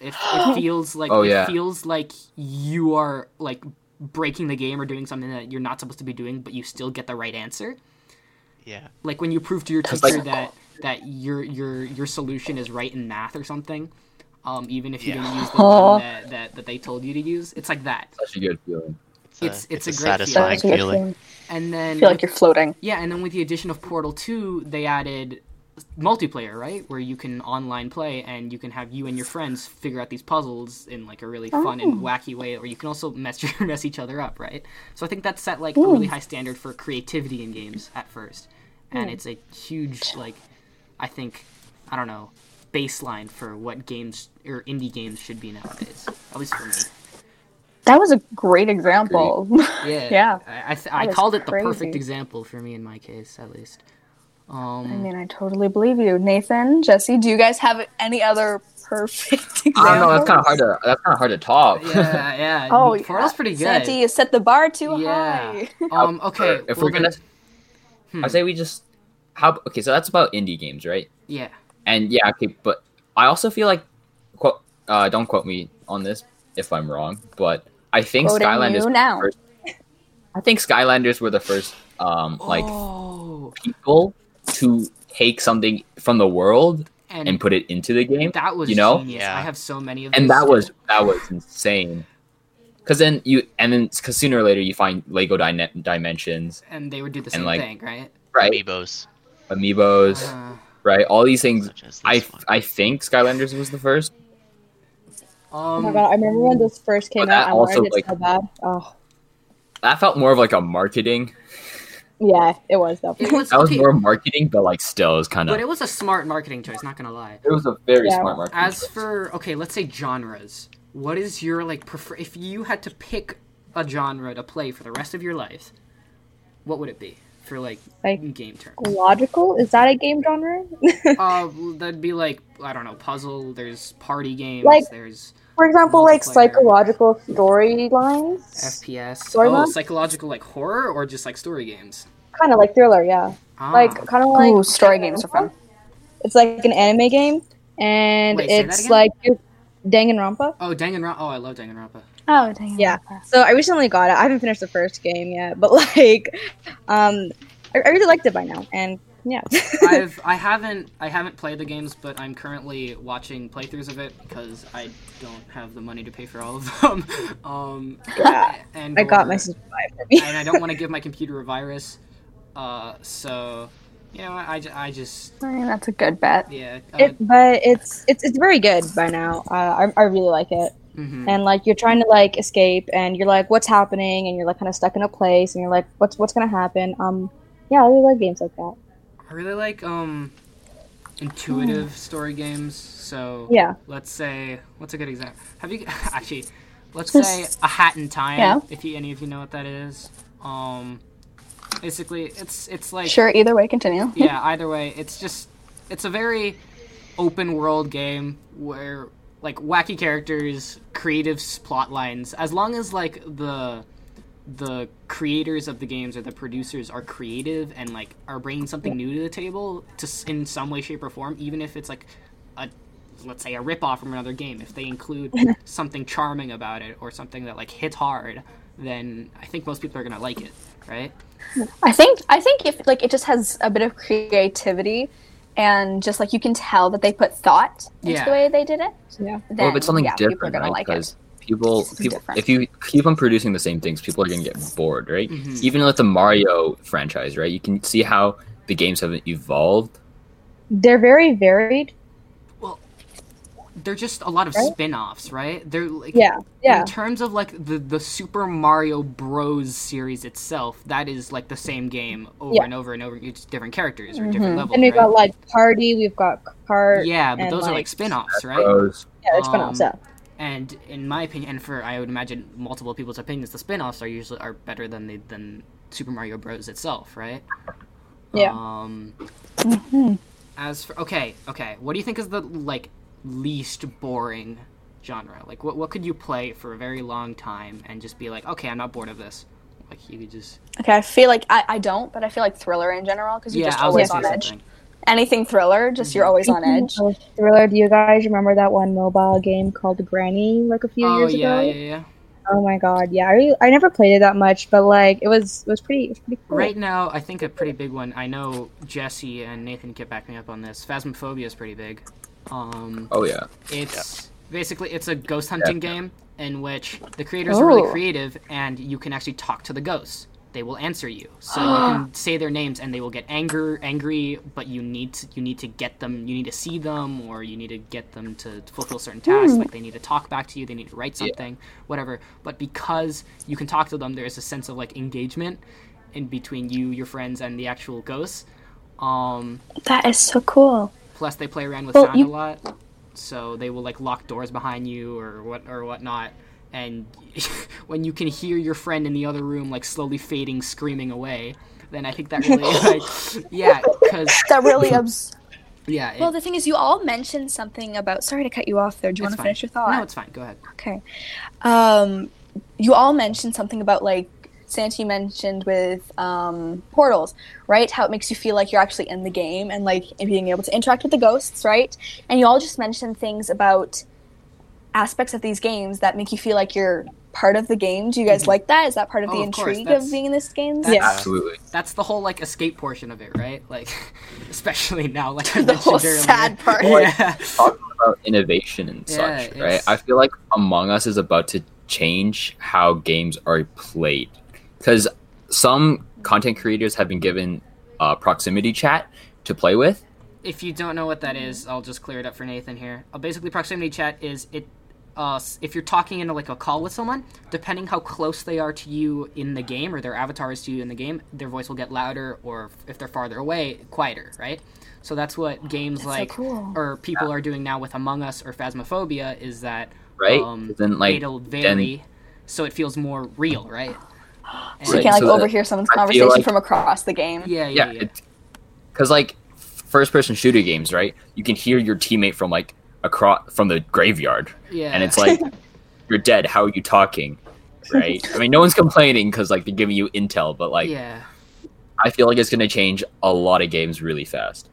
[SPEAKER 5] It, it feels like
[SPEAKER 2] Oh,
[SPEAKER 5] it
[SPEAKER 2] yeah.
[SPEAKER 5] feels like you are like breaking the game or doing something that you're not supposed to be doing, but you still get the right answer
[SPEAKER 4] Yeah.
[SPEAKER 5] like when you prove to your
[SPEAKER 2] It's
[SPEAKER 5] teacher
[SPEAKER 2] like-
[SPEAKER 5] that that your your your solution is right in math or something um even if you
[SPEAKER 4] Yeah.
[SPEAKER 5] didn't use the
[SPEAKER 1] Aw.
[SPEAKER 5] one that, that that they told you to use it's like that
[SPEAKER 2] Such a good feeling.
[SPEAKER 4] It's a,
[SPEAKER 5] It's- it's
[SPEAKER 4] it's
[SPEAKER 5] a
[SPEAKER 4] a
[SPEAKER 5] great
[SPEAKER 4] satisfying
[SPEAKER 1] That's a good
[SPEAKER 4] feeling.
[SPEAKER 1] feeling.
[SPEAKER 5] and
[SPEAKER 1] I
[SPEAKER 5] then
[SPEAKER 1] feel like you're floating.
[SPEAKER 5] yeah and then with the addition of portal 2 they added multiplayer right where you can online play and you can have you and your friends figure out these puzzles in like a really fun
[SPEAKER 1] Oh.
[SPEAKER 5] and wacky way or you can also mess your mess each other up right so i think that set like a really high standard for creativity in games at first and it's a huge like i think i don't know baseline for what games or indie games should be nowadays at least for me
[SPEAKER 1] That was a great example.
[SPEAKER 5] yeah
[SPEAKER 1] Yeah.
[SPEAKER 5] i, I, th- I
[SPEAKER 1] That is
[SPEAKER 5] called it the perfect
[SPEAKER 1] crazy.
[SPEAKER 5] example for me in my case at least um
[SPEAKER 1] I mean, I totally believe you, Nathan, Jesse. Do you guys have any other perfect examples?
[SPEAKER 2] I don't know. That's kind of hard to. That's kind of hard to top.
[SPEAKER 5] yeah, yeah.
[SPEAKER 1] Oh, yeah.
[SPEAKER 5] Portal's pretty good.
[SPEAKER 1] Santi, you set the bar too
[SPEAKER 5] Yeah.
[SPEAKER 1] high.
[SPEAKER 5] Um, okay.
[SPEAKER 2] If
[SPEAKER 5] well
[SPEAKER 2] we're gonna,
[SPEAKER 5] then- Hmm.
[SPEAKER 2] I say we just. How okay? So that's about indie games, right?
[SPEAKER 5] yeah,
[SPEAKER 2] And yeah, okay, but I also feel like, quote, uh, don't quote me on this if I'm wrong, but I think
[SPEAKER 1] Quoting
[SPEAKER 2] Skylanders.
[SPEAKER 1] you
[SPEAKER 2] were the
[SPEAKER 1] now.
[SPEAKER 2] first- I think Skylanders were the first, um, like
[SPEAKER 5] oh,
[SPEAKER 2] people to take something from the world
[SPEAKER 5] and,
[SPEAKER 2] and put it into the game,
[SPEAKER 5] that was
[SPEAKER 2] you know?
[SPEAKER 5] genius.
[SPEAKER 4] Yeah.
[SPEAKER 5] I have so many of
[SPEAKER 2] and
[SPEAKER 5] those
[SPEAKER 2] that was
[SPEAKER 5] still.
[SPEAKER 2] that was insane. Because then you, and then because sooner or later you find Lego Dyna- Dimensions,
[SPEAKER 5] and they would do the same
[SPEAKER 2] like,
[SPEAKER 5] thing, right?
[SPEAKER 2] right?
[SPEAKER 4] Amiibos.
[SPEAKER 2] Amiibos,
[SPEAKER 5] Uh,
[SPEAKER 2] right? All these things.
[SPEAKER 4] Such as this
[SPEAKER 2] I
[SPEAKER 4] one.
[SPEAKER 2] I think Skylanders was the first.
[SPEAKER 3] Oh
[SPEAKER 5] um,
[SPEAKER 3] my god, I remember when this first came
[SPEAKER 2] But that
[SPEAKER 3] out. I
[SPEAKER 2] also,
[SPEAKER 3] wanted it
[SPEAKER 2] like-
[SPEAKER 3] so bad. Oh,
[SPEAKER 2] That felt more of like a marketing
[SPEAKER 3] yeah, it was though.
[SPEAKER 5] it was,
[SPEAKER 2] That was
[SPEAKER 5] okay,
[SPEAKER 2] more marketing, but like still, it was kind of.
[SPEAKER 5] but it was a smart marketing choice. Not gonna lie.
[SPEAKER 2] It was a very
[SPEAKER 3] Yeah.
[SPEAKER 2] smart marketing.
[SPEAKER 5] As
[SPEAKER 2] choice.
[SPEAKER 5] for okay, let's say genres. What is your like prefer? If you had to pick a genre to play for the rest of your life, what would it be for like,
[SPEAKER 3] Like-
[SPEAKER 5] game terms?
[SPEAKER 3] Logical? Is that a game genre?
[SPEAKER 5] Uh, well, that'd be like I don't know, puzzle. There's party games.
[SPEAKER 3] Like-
[SPEAKER 5] there's
[SPEAKER 3] For example, like
[SPEAKER 5] Multiplayer.
[SPEAKER 3] psychological storylines,
[SPEAKER 5] FPS.
[SPEAKER 3] Story
[SPEAKER 5] oh,
[SPEAKER 3] mode?
[SPEAKER 5] psychological like horror or just like story games.
[SPEAKER 3] kind of like thriller, yeah.
[SPEAKER 5] Ah,
[SPEAKER 3] Like kind of like
[SPEAKER 1] Ooh, story games are fun.
[SPEAKER 3] It's like an anime game, and
[SPEAKER 5] Wait, say that
[SPEAKER 3] it's
[SPEAKER 5] again?
[SPEAKER 3] like you're Danganronpa.
[SPEAKER 5] oh, Danganronpa. Oh, I love Danganronpa.
[SPEAKER 1] Oh, dang.
[SPEAKER 3] Yeah. So I recently got it. I haven't finished the first game yet, but like, um, I, I really liked it by now, and yeah,
[SPEAKER 5] I've I haven't I haven't played the games, but I'm currently watching playthroughs of it because I don't have the money to pay for all of them. um,
[SPEAKER 3] yeah.
[SPEAKER 5] and
[SPEAKER 3] I got
[SPEAKER 5] or-
[SPEAKER 3] my sister to buy it for me.
[SPEAKER 5] and I don't want to give my computer a virus. Uh, so you know, I, ju- I just
[SPEAKER 1] I mean, that's a good bet.
[SPEAKER 5] yeah. Uh,
[SPEAKER 3] It, but it's it's it's very good by now. Uh, I I really like it,
[SPEAKER 5] mhm.
[SPEAKER 3] and like you're trying to like escape, and you're like, what's happening, and you're like kind of stuck in a place, and you're like, what's what's gonna happen? Um, yeah, I really like games like that.
[SPEAKER 5] I really like um intuitive story games. So
[SPEAKER 3] Hmm. Yeah.
[SPEAKER 5] let's say what's a good example? Have you actually? Let's say a Hat in Time.
[SPEAKER 3] Yeah.
[SPEAKER 5] If you, any of you know what that is, um, basically it's it's like
[SPEAKER 1] Sure. Either way, continue.
[SPEAKER 5] yeah, either way, it's just it's a very open world game where like wacky characters, creative s- plot lines, as long as like the the creators of the games or the producers are creative and like are bringing something new to the table to s- in some way shape or form even if it's like a let's say a rip off from another game if they include something charming about it or something that like hits hard then i think most people are going to like it right
[SPEAKER 1] I think I think if like it just has a bit of creativity, and just like you can tell that they put thought into
[SPEAKER 5] Yeah.
[SPEAKER 1] the way they did it.
[SPEAKER 3] Yeah.
[SPEAKER 1] Then,
[SPEAKER 2] Well, if it's something
[SPEAKER 1] yeah, people are
[SPEAKER 2] different,
[SPEAKER 1] gonna
[SPEAKER 2] right?
[SPEAKER 1] like it.
[SPEAKER 2] Because people,
[SPEAKER 1] It's
[SPEAKER 2] people,
[SPEAKER 1] different.
[SPEAKER 2] if you keep on producing the same things, people are gonna get bored, right?
[SPEAKER 1] Mm-hmm.
[SPEAKER 5] Mhm.
[SPEAKER 2] Even with the Mario franchise, right? You can see how the games have evolved.
[SPEAKER 3] They're very varied.
[SPEAKER 5] they're just a lot of
[SPEAKER 3] Right?
[SPEAKER 5] spin-offs right they're like
[SPEAKER 3] Yeah. Yeah.
[SPEAKER 5] in terms of like the the Super Mario Bros series itself, that is like the same game over
[SPEAKER 3] Yeah. Mm-hmm.
[SPEAKER 5] and over and over. It's different characters or different
[SPEAKER 1] Mhm.
[SPEAKER 5] levels.
[SPEAKER 3] And we've got
[SPEAKER 5] right?
[SPEAKER 3] like party, we've got cart. Yeah,
[SPEAKER 5] yeah, but
[SPEAKER 3] and,
[SPEAKER 5] those are
[SPEAKER 3] like,
[SPEAKER 5] like spin-offs, right?
[SPEAKER 2] Bros.
[SPEAKER 3] yeah there's spin offs.
[SPEAKER 5] um,
[SPEAKER 3] Yeah.
[SPEAKER 5] And in my opinion, and for I would imagine multiple people's opinions, the spin-offs are usually are better than the than Super Mario Bros itself, right?
[SPEAKER 3] Yeah.
[SPEAKER 5] Um, as for okay, okay, what do you think is the like least boring genre? Like, what what could you play for a very long time and just be like, okay, I'm not bored of this. Like you could just
[SPEAKER 1] Okay, I feel like I, I don't, but I feel like thriller in general because you're
[SPEAKER 5] yeah,
[SPEAKER 1] just
[SPEAKER 5] I was
[SPEAKER 1] always
[SPEAKER 5] gonna
[SPEAKER 1] on
[SPEAKER 5] say
[SPEAKER 1] edge.
[SPEAKER 5] something.
[SPEAKER 1] Anything thriller, just you're always on edge.
[SPEAKER 3] Speaking of Thriller, do you guys remember that one mobile game called Granny like a few
[SPEAKER 5] Oh
[SPEAKER 3] years
[SPEAKER 5] yeah,
[SPEAKER 3] ago?
[SPEAKER 5] yeah, yeah.
[SPEAKER 3] Oh my god, yeah. I, really, I never played it that much, but like it was it was pretty it was pretty cool.
[SPEAKER 5] Right now, I think a pretty big one. I know Jesse and Nathan can back me up on this. Phasmophobia is pretty big. Um,
[SPEAKER 2] Oh yeah.
[SPEAKER 5] it's basically it's a ghost hunting game in which the creators are really
[SPEAKER 1] Ooh.
[SPEAKER 5] creative, and you can actually talk to the ghosts. They will answer you, so you can say their names, and they will get anger, angry. But you need to, you need to get them. You need to see them, or you need to get them to fulfill certain tasks. Like they need to talk back to you. They need to write something, whatever. But because you can talk to them, there is a sense of like engagement in between you, your friends, and the actual ghosts. Um,
[SPEAKER 1] That is so cool.
[SPEAKER 5] Plus, they play around with
[SPEAKER 1] Well,
[SPEAKER 5] sound
[SPEAKER 1] you-
[SPEAKER 5] a lot, so they will like lock doors behind you or what or whatnot. And when you can hear your friend in the other room like slowly fading, screaming away, then I think that really like yeah, because
[SPEAKER 1] That really abs.
[SPEAKER 5] yeah. It,
[SPEAKER 1] Well, the thing is, you all mentioned something about. Sorry to cut you off there. Do you want
[SPEAKER 5] It's
[SPEAKER 1] to
[SPEAKER 5] fine.
[SPEAKER 1] finish your
[SPEAKER 5] no,
[SPEAKER 1] thought?
[SPEAKER 5] it's fine. Go ahead.
[SPEAKER 1] okay. Um, you all mentioned something about like Santi mentioned with um, portals, right? How it makes you feel like you're actually in the game and like being able to interact with the ghosts, right? And you all just mentioned things about aspects of these games that make you feel like you're part of the game. Do you guys
[SPEAKER 5] Mhm.
[SPEAKER 1] like that? Is that part of
[SPEAKER 5] Oh,
[SPEAKER 1] the
[SPEAKER 5] of course,
[SPEAKER 1] intrigue
[SPEAKER 5] that's-
[SPEAKER 1] of being in this game?
[SPEAKER 5] that's-
[SPEAKER 3] Yeah.
[SPEAKER 2] Absolutely.
[SPEAKER 5] That's the whole like escape portion of it, right? Like, especially now, like I
[SPEAKER 1] The whole
[SPEAKER 5] mentioned earlier.
[SPEAKER 1] sad part.
[SPEAKER 5] Yeah.
[SPEAKER 2] Talking about innovation and
[SPEAKER 5] Yeah,
[SPEAKER 2] such, right?
[SPEAKER 5] it's-
[SPEAKER 2] I feel like Among Us is about to change how games are played because some content creators have been given uh, proximity chat to play with,
[SPEAKER 5] if you don't know what that
[SPEAKER 1] Mm-hmm.
[SPEAKER 5] is, I'll just clear it up for Nathan here. Uh, basically, proximity chat is it. Uh, s- if you're talking into like a call with someone, depending how close they are to you in the game or their avatar is to you in the game, their voice will get louder, or f- if they're farther away, quieter, right? So that's what games
[SPEAKER 1] That's so
[SPEAKER 5] like
[SPEAKER 1] cool.
[SPEAKER 5] or people are doing now with Among Us or Phasmophobia is that
[SPEAKER 2] right?
[SPEAKER 5] Um,
[SPEAKER 2] then like
[SPEAKER 5] it'll vary, so it feels more real, right?
[SPEAKER 1] So you
[SPEAKER 2] Right,
[SPEAKER 1] can like
[SPEAKER 2] so that-
[SPEAKER 1] overhear someone's
[SPEAKER 2] I feel
[SPEAKER 1] conversation
[SPEAKER 2] like-
[SPEAKER 1] from across the game.
[SPEAKER 5] yeah,
[SPEAKER 2] yeah,
[SPEAKER 5] yeah, yeah.
[SPEAKER 2] because like first person shooter games, right? You can hear your teammate from like across from the graveyard,
[SPEAKER 5] yeah.
[SPEAKER 2] and it's like you're dead. How are you talking? Right? I mean, no one's complaining because like they're giving you intel, but like
[SPEAKER 5] yeah.
[SPEAKER 2] I feel like it's gonna change a lot of games really fast.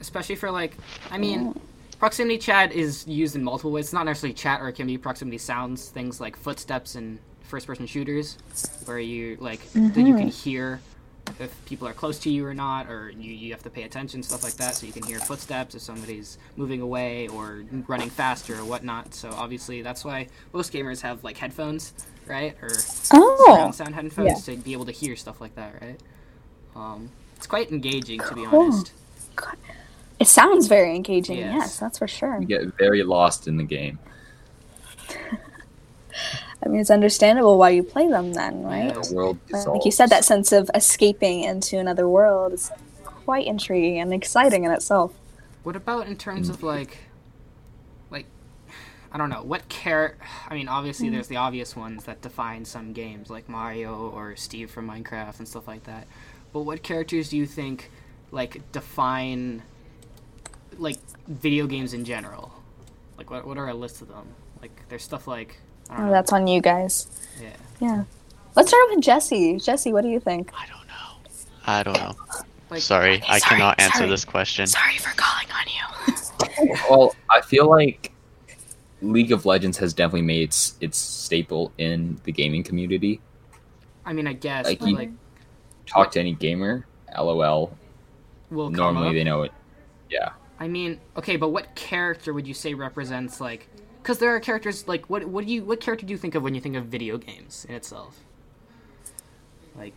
[SPEAKER 5] especially for like i mean proximity chat is used in multiple ways it's not necessarily chat or it can be proximity sounds things like footsteps and first person shooters where you like that you can hear if people are close to you or not or you, you have to pay attention stuff like that so you can hear footsteps if somebody's moving away or running faster or whatnot so obviously that's why most gamers have like headphones right or
[SPEAKER 1] Oh,
[SPEAKER 5] surround sound headphones to be able to hear stuff like that right um, it's quite engaging to be honest
[SPEAKER 1] it sounds very engaging.
[SPEAKER 5] Yes.
[SPEAKER 1] Yes, that's for sure.
[SPEAKER 2] You get very lost in the game.
[SPEAKER 1] I mean, it's understandable why you play them then, right?
[SPEAKER 5] Yeah.
[SPEAKER 2] The world
[SPEAKER 1] Like you said, that sense of escaping into another world is quite intriguing and exciting in itself.
[SPEAKER 5] What about in terms of like, like, I don't know, what care? I mean, obviously there's the obvious ones that define some games, like Mario or Steve from Minecraft and stuff like that. But what characters do you think like define like video games in general? Like, what what are a list of them? Like, there's stuff like I don't
[SPEAKER 1] Oh,
[SPEAKER 5] know.
[SPEAKER 1] that's on you guys.
[SPEAKER 5] Yeah.
[SPEAKER 1] Yeah. Let's start with Jesse. Jesse, what do you think?
[SPEAKER 4] I don't know. I don't know.
[SPEAKER 5] Like-
[SPEAKER 4] sorry, I
[SPEAKER 1] sorry,
[SPEAKER 4] cannot answer
[SPEAKER 1] sorry.
[SPEAKER 4] this question.
[SPEAKER 1] Sorry for calling on you.
[SPEAKER 2] Well, I feel like League of Legends has definitely made its its staple in the gaming community.
[SPEAKER 5] I mean, I guess,
[SPEAKER 2] Like,
[SPEAKER 5] but
[SPEAKER 2] you-
[SPEAKER 5] like,
[SPEAKER 2] Talk to any gamer, lol.
[SPEAKER 5] will come
[SPEAKER 2] Normally
[SPEAKER 5] up.
[SPEAKER 2] they know it. Yeah.
[SPEAKER 5] I mean, okay, but what character would you say represents like? Because there are characters like what? What do you? What character do you think of when you think of video games in itself? Like,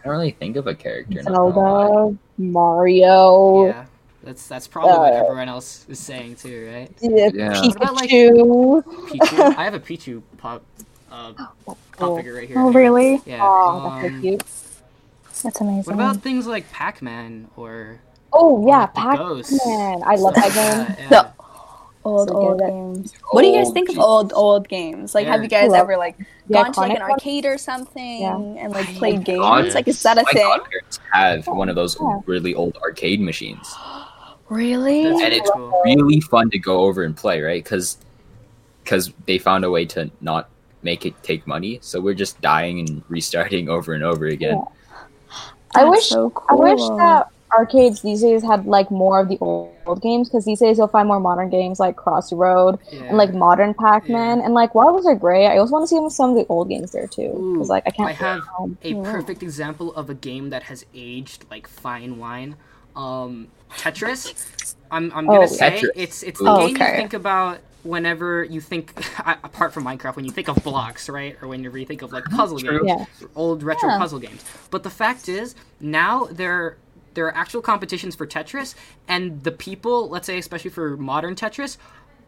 [SPEAKER 2] I don't really think of a character. not gonna lie.
[SPEAKER 3] Zelda, Mario,
[SPEAKER 5] yeah, that's that's probably what
[SPEAKER 3] Uh,
[SPEAKER 5] everyone else is saying too, right?
[SPEAKER 3] yeah,
[SPEAKER 2] Yeah.
[SPEAKER 5] What about, like-
[SPEAKER 3] Pikachu.
[SPEAKER 5] Pichu. I have a Pichu pop, uh, pop figure right here.
[SPEAKER 1] Oh, really?
[SPEAKER 5] Yeah.
[SPEAKER 3] Oh, that's so
[SPEAKER 5] um,
[SPEAKER 3] cute.
[SPEAKER 1] That's amazing.
[SPEAKER 5] what about things like Pac-Man or
[SPEAKER 3] Oh yeah,
[SPEAKER 5] Sonic the Ghost?
[SPEAKER 3] Pac-Man. I love
[SPEAKER 5] Stuff like
[SPEAKER 3] Pac-Man.
[SPEAKER 5] that, yeah.
[SPEAKER 1] No. old
[SPEAKER 3] So
[SPEAKER 1] old
[SPEAKER 3] good.
[SPEAKER 1] games? What do you guys
[SPEAKER 2] Oh,
[SPEAKER 1] think of
[SPEAKER 2] geez.
[SPEAKER 1] old old games? Like, have
[SPEAKER 5] Yeah.
[SPEAKER 1] you guys
[SPEAKER 3] Love-
[SPEAKER 1] ever like
[SPEAKER 3] The
[SPEAKER 1] gone to like an
[SPEAKER 3] iconic one?
[SPEAKER 1] arcade or something
[SPEAKER 3] Yeah.
[SPEAKER 1] and like
[SPEAKER 5] Oh my
[SPEAKER 1] played games?
[SPEAKER 2] God.
[SPEAKER 1] Like, is that a
[SPEAKER 2] My
[SPEAKER 1] thing?
[SPEAKER 2] godparents have one of those
[SPEAKER 3] Yeah.
[SPEAKER 2] really old arcade machines.
[SPEAKER 1] Really?
[SPEAKER 5] That's
[SPEAKER 2] And
[SPEAKER 5] pretty
[SPEAKER 2] it's
[SPEAKER 5] cool.
[SPEAKER 2] Really fun to go over and play, right? Because because they found a way to not make it take money, so we're just dying and restarting over and over again.
[SPEAKER 3] I wish- I wish
[SPEAKER 1] cool.
[SPEAKER 3] that arcades these days had like more of the old, old games because these days you'll find more modern games like Crossroad
[SPEAKER 5] Yeah.
[SPEAKER 3] and like modern Pac-Man and like Why Was It Gray? I always want to see some of the old games there too
[SPEAKER 5] Ooh,
[SPEAKER 3] because like I can't.
[SPEAKER 5] I have
[SPEAKER 3] um,
[SPEAKER 5] a perfect example of a game that has aged like fine wine. Um, Tetris. I'm, I'm gonna
[SPEAKER 3] Oh.
[SPEAKER 5] say
[SPEAKER 2] Tetris.
[SPEAKER 5] it's it's the
[SPEAKER 2] Oh,
[SPEAKER 5] game
[SPEAKER 1] okay.
[SPEAKER 5] you think about whenever you think a- apart from Minecraft when you think of blocks, right? Or whenever you think of like puzzle
[SPEAKER 2] True.
[SPEAKER 5] games,
[SPEAKER 3] Yeah.
[SPEAKER 5] old retro
[SPEAKER 1] Yeah.
[SPEAKER 5] puzzle games. But the fact is now there there are actual competitions for Tetris, and the people, let's say especially for modern Tetris,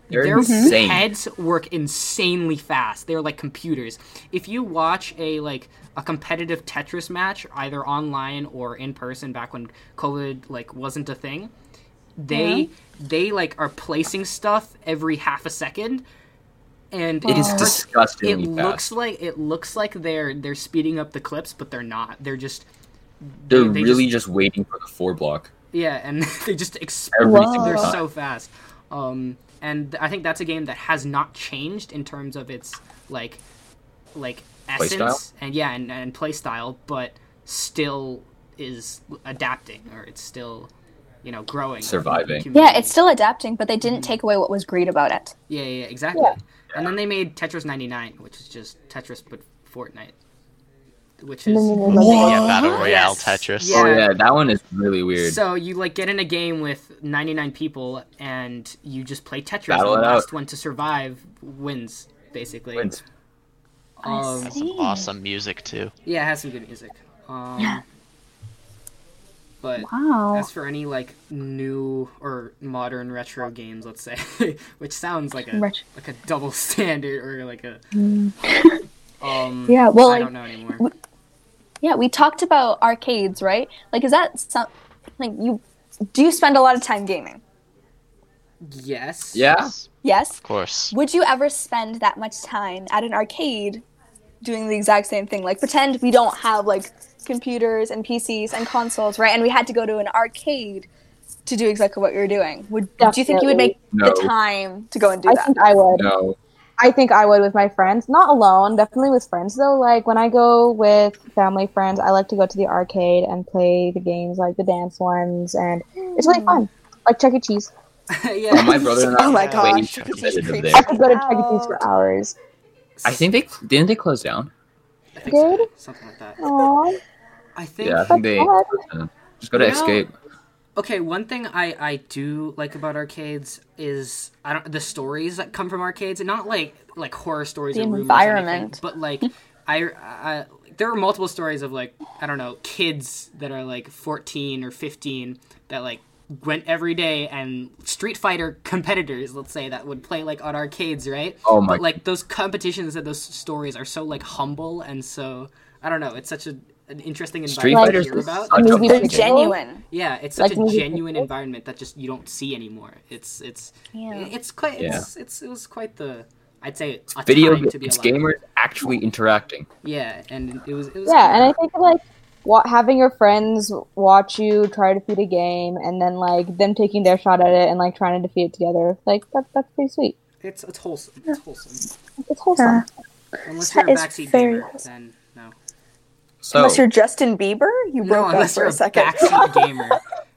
[SPEAKER 2] They're
[SPEAKER 5] their
[SPEAKER 2] insane.
[SPEAKER 5] heads work insanely fast. They're like computers. If you watch a like a competitive Tetris match, either online or in person, back when COVID like wasn't a thing, they they like are placing stuff every half a second, and
[SPEAKER 2] It is
[SPEAKER 5] hurts- It
[SPEAKER 2] disgustingly fast.
[SPEAKER 5] looks like it looks like they're they're speeding up the clips, but they're not. They're just
[SPEAKER 2] They're
[SPEAKER 5] they
[SPEAKER 2] really just... waiting for the four block.
[SPEAKER 5] yeah, and they just explode.
[SPEAKER 2] Every
[SPEAKER 1] Wow.
[SPEAKER 2] single
[SPEAKER 5] They're
[SPEAKER 2] time.
[SPEAKER 5] so fast. Um, and I think that's a game that has not changed in terms of its like, like essence
[SPEAKER 2] style?
[SPEAKER 5] and yeah, and, and play style, but still is adapting or it's still, you know, growing,
[SPEAKER 2] Surviving.
[SPEAKER 1] Yeah, it's still adapting, but they didn't take away what was great about it.
[SPEAKER 5] yeah, yeah, yeah, exactly. And then they made Tetris 99, which is just Tetris but Fortnite, which is
[SPEAKER 4] Yeah, battle royale
[SPEAKER 5] Yes.
[SPEAKER 4] Tetris.
[SPEAKER 5] Yeah.
[SPEAKER 2] Oh yeah, that one is really weird.
[SPEAKER 5] So you like get in a game with 99 people and you just play Tetris.
[SPEAKER 2] Battle
[SPEAKER 5] and
[SPEAKER 2] it
[SPEAKER 5] the
[SPEAKER 2] out.
[SPEAKER 5] last one to survive wins, basically.
[SPEAKER 2] Wins.
[SPEAKER 5] Um,
[SPEAKER 4] That's some awesome music too.
[SPEAKER 5] yeah, it has some good music. Um, but
[SPEAKER 1] Wow.
[SPEAKER 5] as for any like new or modern retro games, let's say, which sounds like a
[SPEAKER 1] Retro- Hmm.
[SPEAKER 5] like a double standard or like a um,
[SPEAKER 1] Yeah, well,
[SPEAKER 5] I
[SPEAKER 1] like-
[SPEAKER 5] don't know anymore.
[SPEAKER 1] Yeah, we talked about arcades, right? Like, is that some, like you? Do you spend a lot of time gaming?
[SPEAKER 5] Yes.
[SPEAKER 2] Yeah.
[SPEAKER 1] Yes.
[SPEAKER 4] Of course.
[SPEAKER 1] Would you ever spend that much time at an arcade doing the exact same thing? Like pretend we don't have like computers and PCs and consoles, right? And we had to go to an arcade to do exactly what you were doing. Would do you think you would make
[SPEAKER 2] No.
[SPEAKER 1] the time to go and do
[SPEAKER 3] I
[SPEAKER 1] that?
[SPEAKER 3] think I would.
[SPEAKER 2] No.
[SPEAKER 3] I think I would with my friends. Not alone, definitely with friends though. Like when I go with family friends, I like to go to the arcade and play the games like the dance ones and it's
[SPEAKER 5] Mm.
[SPEAKER 3] really fun. Like Chuck E. Cheese.
[SPEAKER 5] yeah.
[SPEAKER 2] My brother and I
[SPEAKER 1] Oh my
[SPEAKER 2] were playing
[SPEAKER 1] gosh,
[SPEAKER 2] competitive
[SPEAKER 1] creepy.
[SPEAKER 2] there.
[SPEAKER 3] I could go to Chuck E. Cheese for
[SPEAKER 1] Out.
[SPEAKER 3] hours.
[SPEAKER 2] I think they didn't they close down.
[SPEAKER 5] I think so,
[SPEAKER 3] Good.
[SPEAKER 5] something like that.
[SPEAKER 3] Aww.
[SPEAKER 5] I think
[SPEAKER 2] Yeah, I think they
[SPEAKER 3] But-
[SPEAKER 2] just go to
[SPEAKER 5] You know-
[SPEAKER 2] escape.
[SPEAKER 5] Okay, one thing I, I do like about arcades is I don't the stories that come from arcades, and not like like horror stories.
[SPEAKER 1] The
[SPEAKER 5] or rumors or
[SPEAKER 1] environment.
[SPEAKER 5] anything, but like I, I there are multiple stories of like I don't know kids that are like fourteen or fifteen that like went every day and Street Fighter competitors, let's say that would play like on arcades, right?
[SPEAKER 2] Oh my-
[SPEAKER 5] But, like those competitions and those stories are so like humble and so I don't know. It's such a an interesting
[SPEAKER 2] Street
[SPEAKER 5] environment
[SPEAKER 2] Fighter's
[SPEAKER 5] to hear about.
[SPEAKER 2] such a
[SPEAKER 3] Movie
[SPEAKER 1] They're
[SPEAKER 2] big game.
[SPEAKER 3] picture.
[SPEAKER 1] genuine.
[SPEAKER 5] Yeah, it's such
[SPEAKER 3] Like
[SPEAKER 5] a
[SPEAKER 3] movie
[SPEAKER 5] genuine
[SPEAKER 3] pictures?
[SPEAKER 5] environment that just you don't see anymore. It's it's
[SPEAKER 1] Yeah.
[SPEAKER 5] it's quite
[SPEAKER 2] Yeah.
[SPEAKER 5] it's, it's it was quite the I'd say a
[SPEAKER 2] Video
[SPEAKER 5] time
[SPEAKER 2] ga-
[SPEAKER 5] to be
[SPEAKER 2] it's
[SPEAKER 5] alive.
[SPEAKER 2] gamers actually interacting.
[SPEAKER 5] Yeah, and it was it was
[SPEAKER 3] Yeah, and I think like wa- having your friends watch you try to defeat a game, and then like them taking their shot at it and like trying to defeat it together. Like that, that's pretty sweet.
[SPEAKER 5] it's it's wholesome. It's wholesome.
[SPEAKER 3] It's wholesome.
[SPEAKER 5] Unless
[SPEAKER 1] That
[SPEAKER 5] you're a
[SPEAKER 1] is
[SPEAKER 5] backseat
[SPEAKER 1] very
[SPEAKER 5] gamer,
[SPEAKER 1] wholesome.
[SPEAKER 5] then no.
[SPEAKER 2] So
[SPEAKER 1] Unless you're Justin Bieber, you
[SPEAKER 5] No,
[SPEAKER 1] broke up
[SPEAKER 5] unless
[SPEAKER 1] for
[SPEAKER 5] you're
[SPEAKER 1] a
[SPEAKER 5] a
[SPEAKER 1] second.
[SPEAKER 5] backseat gamer.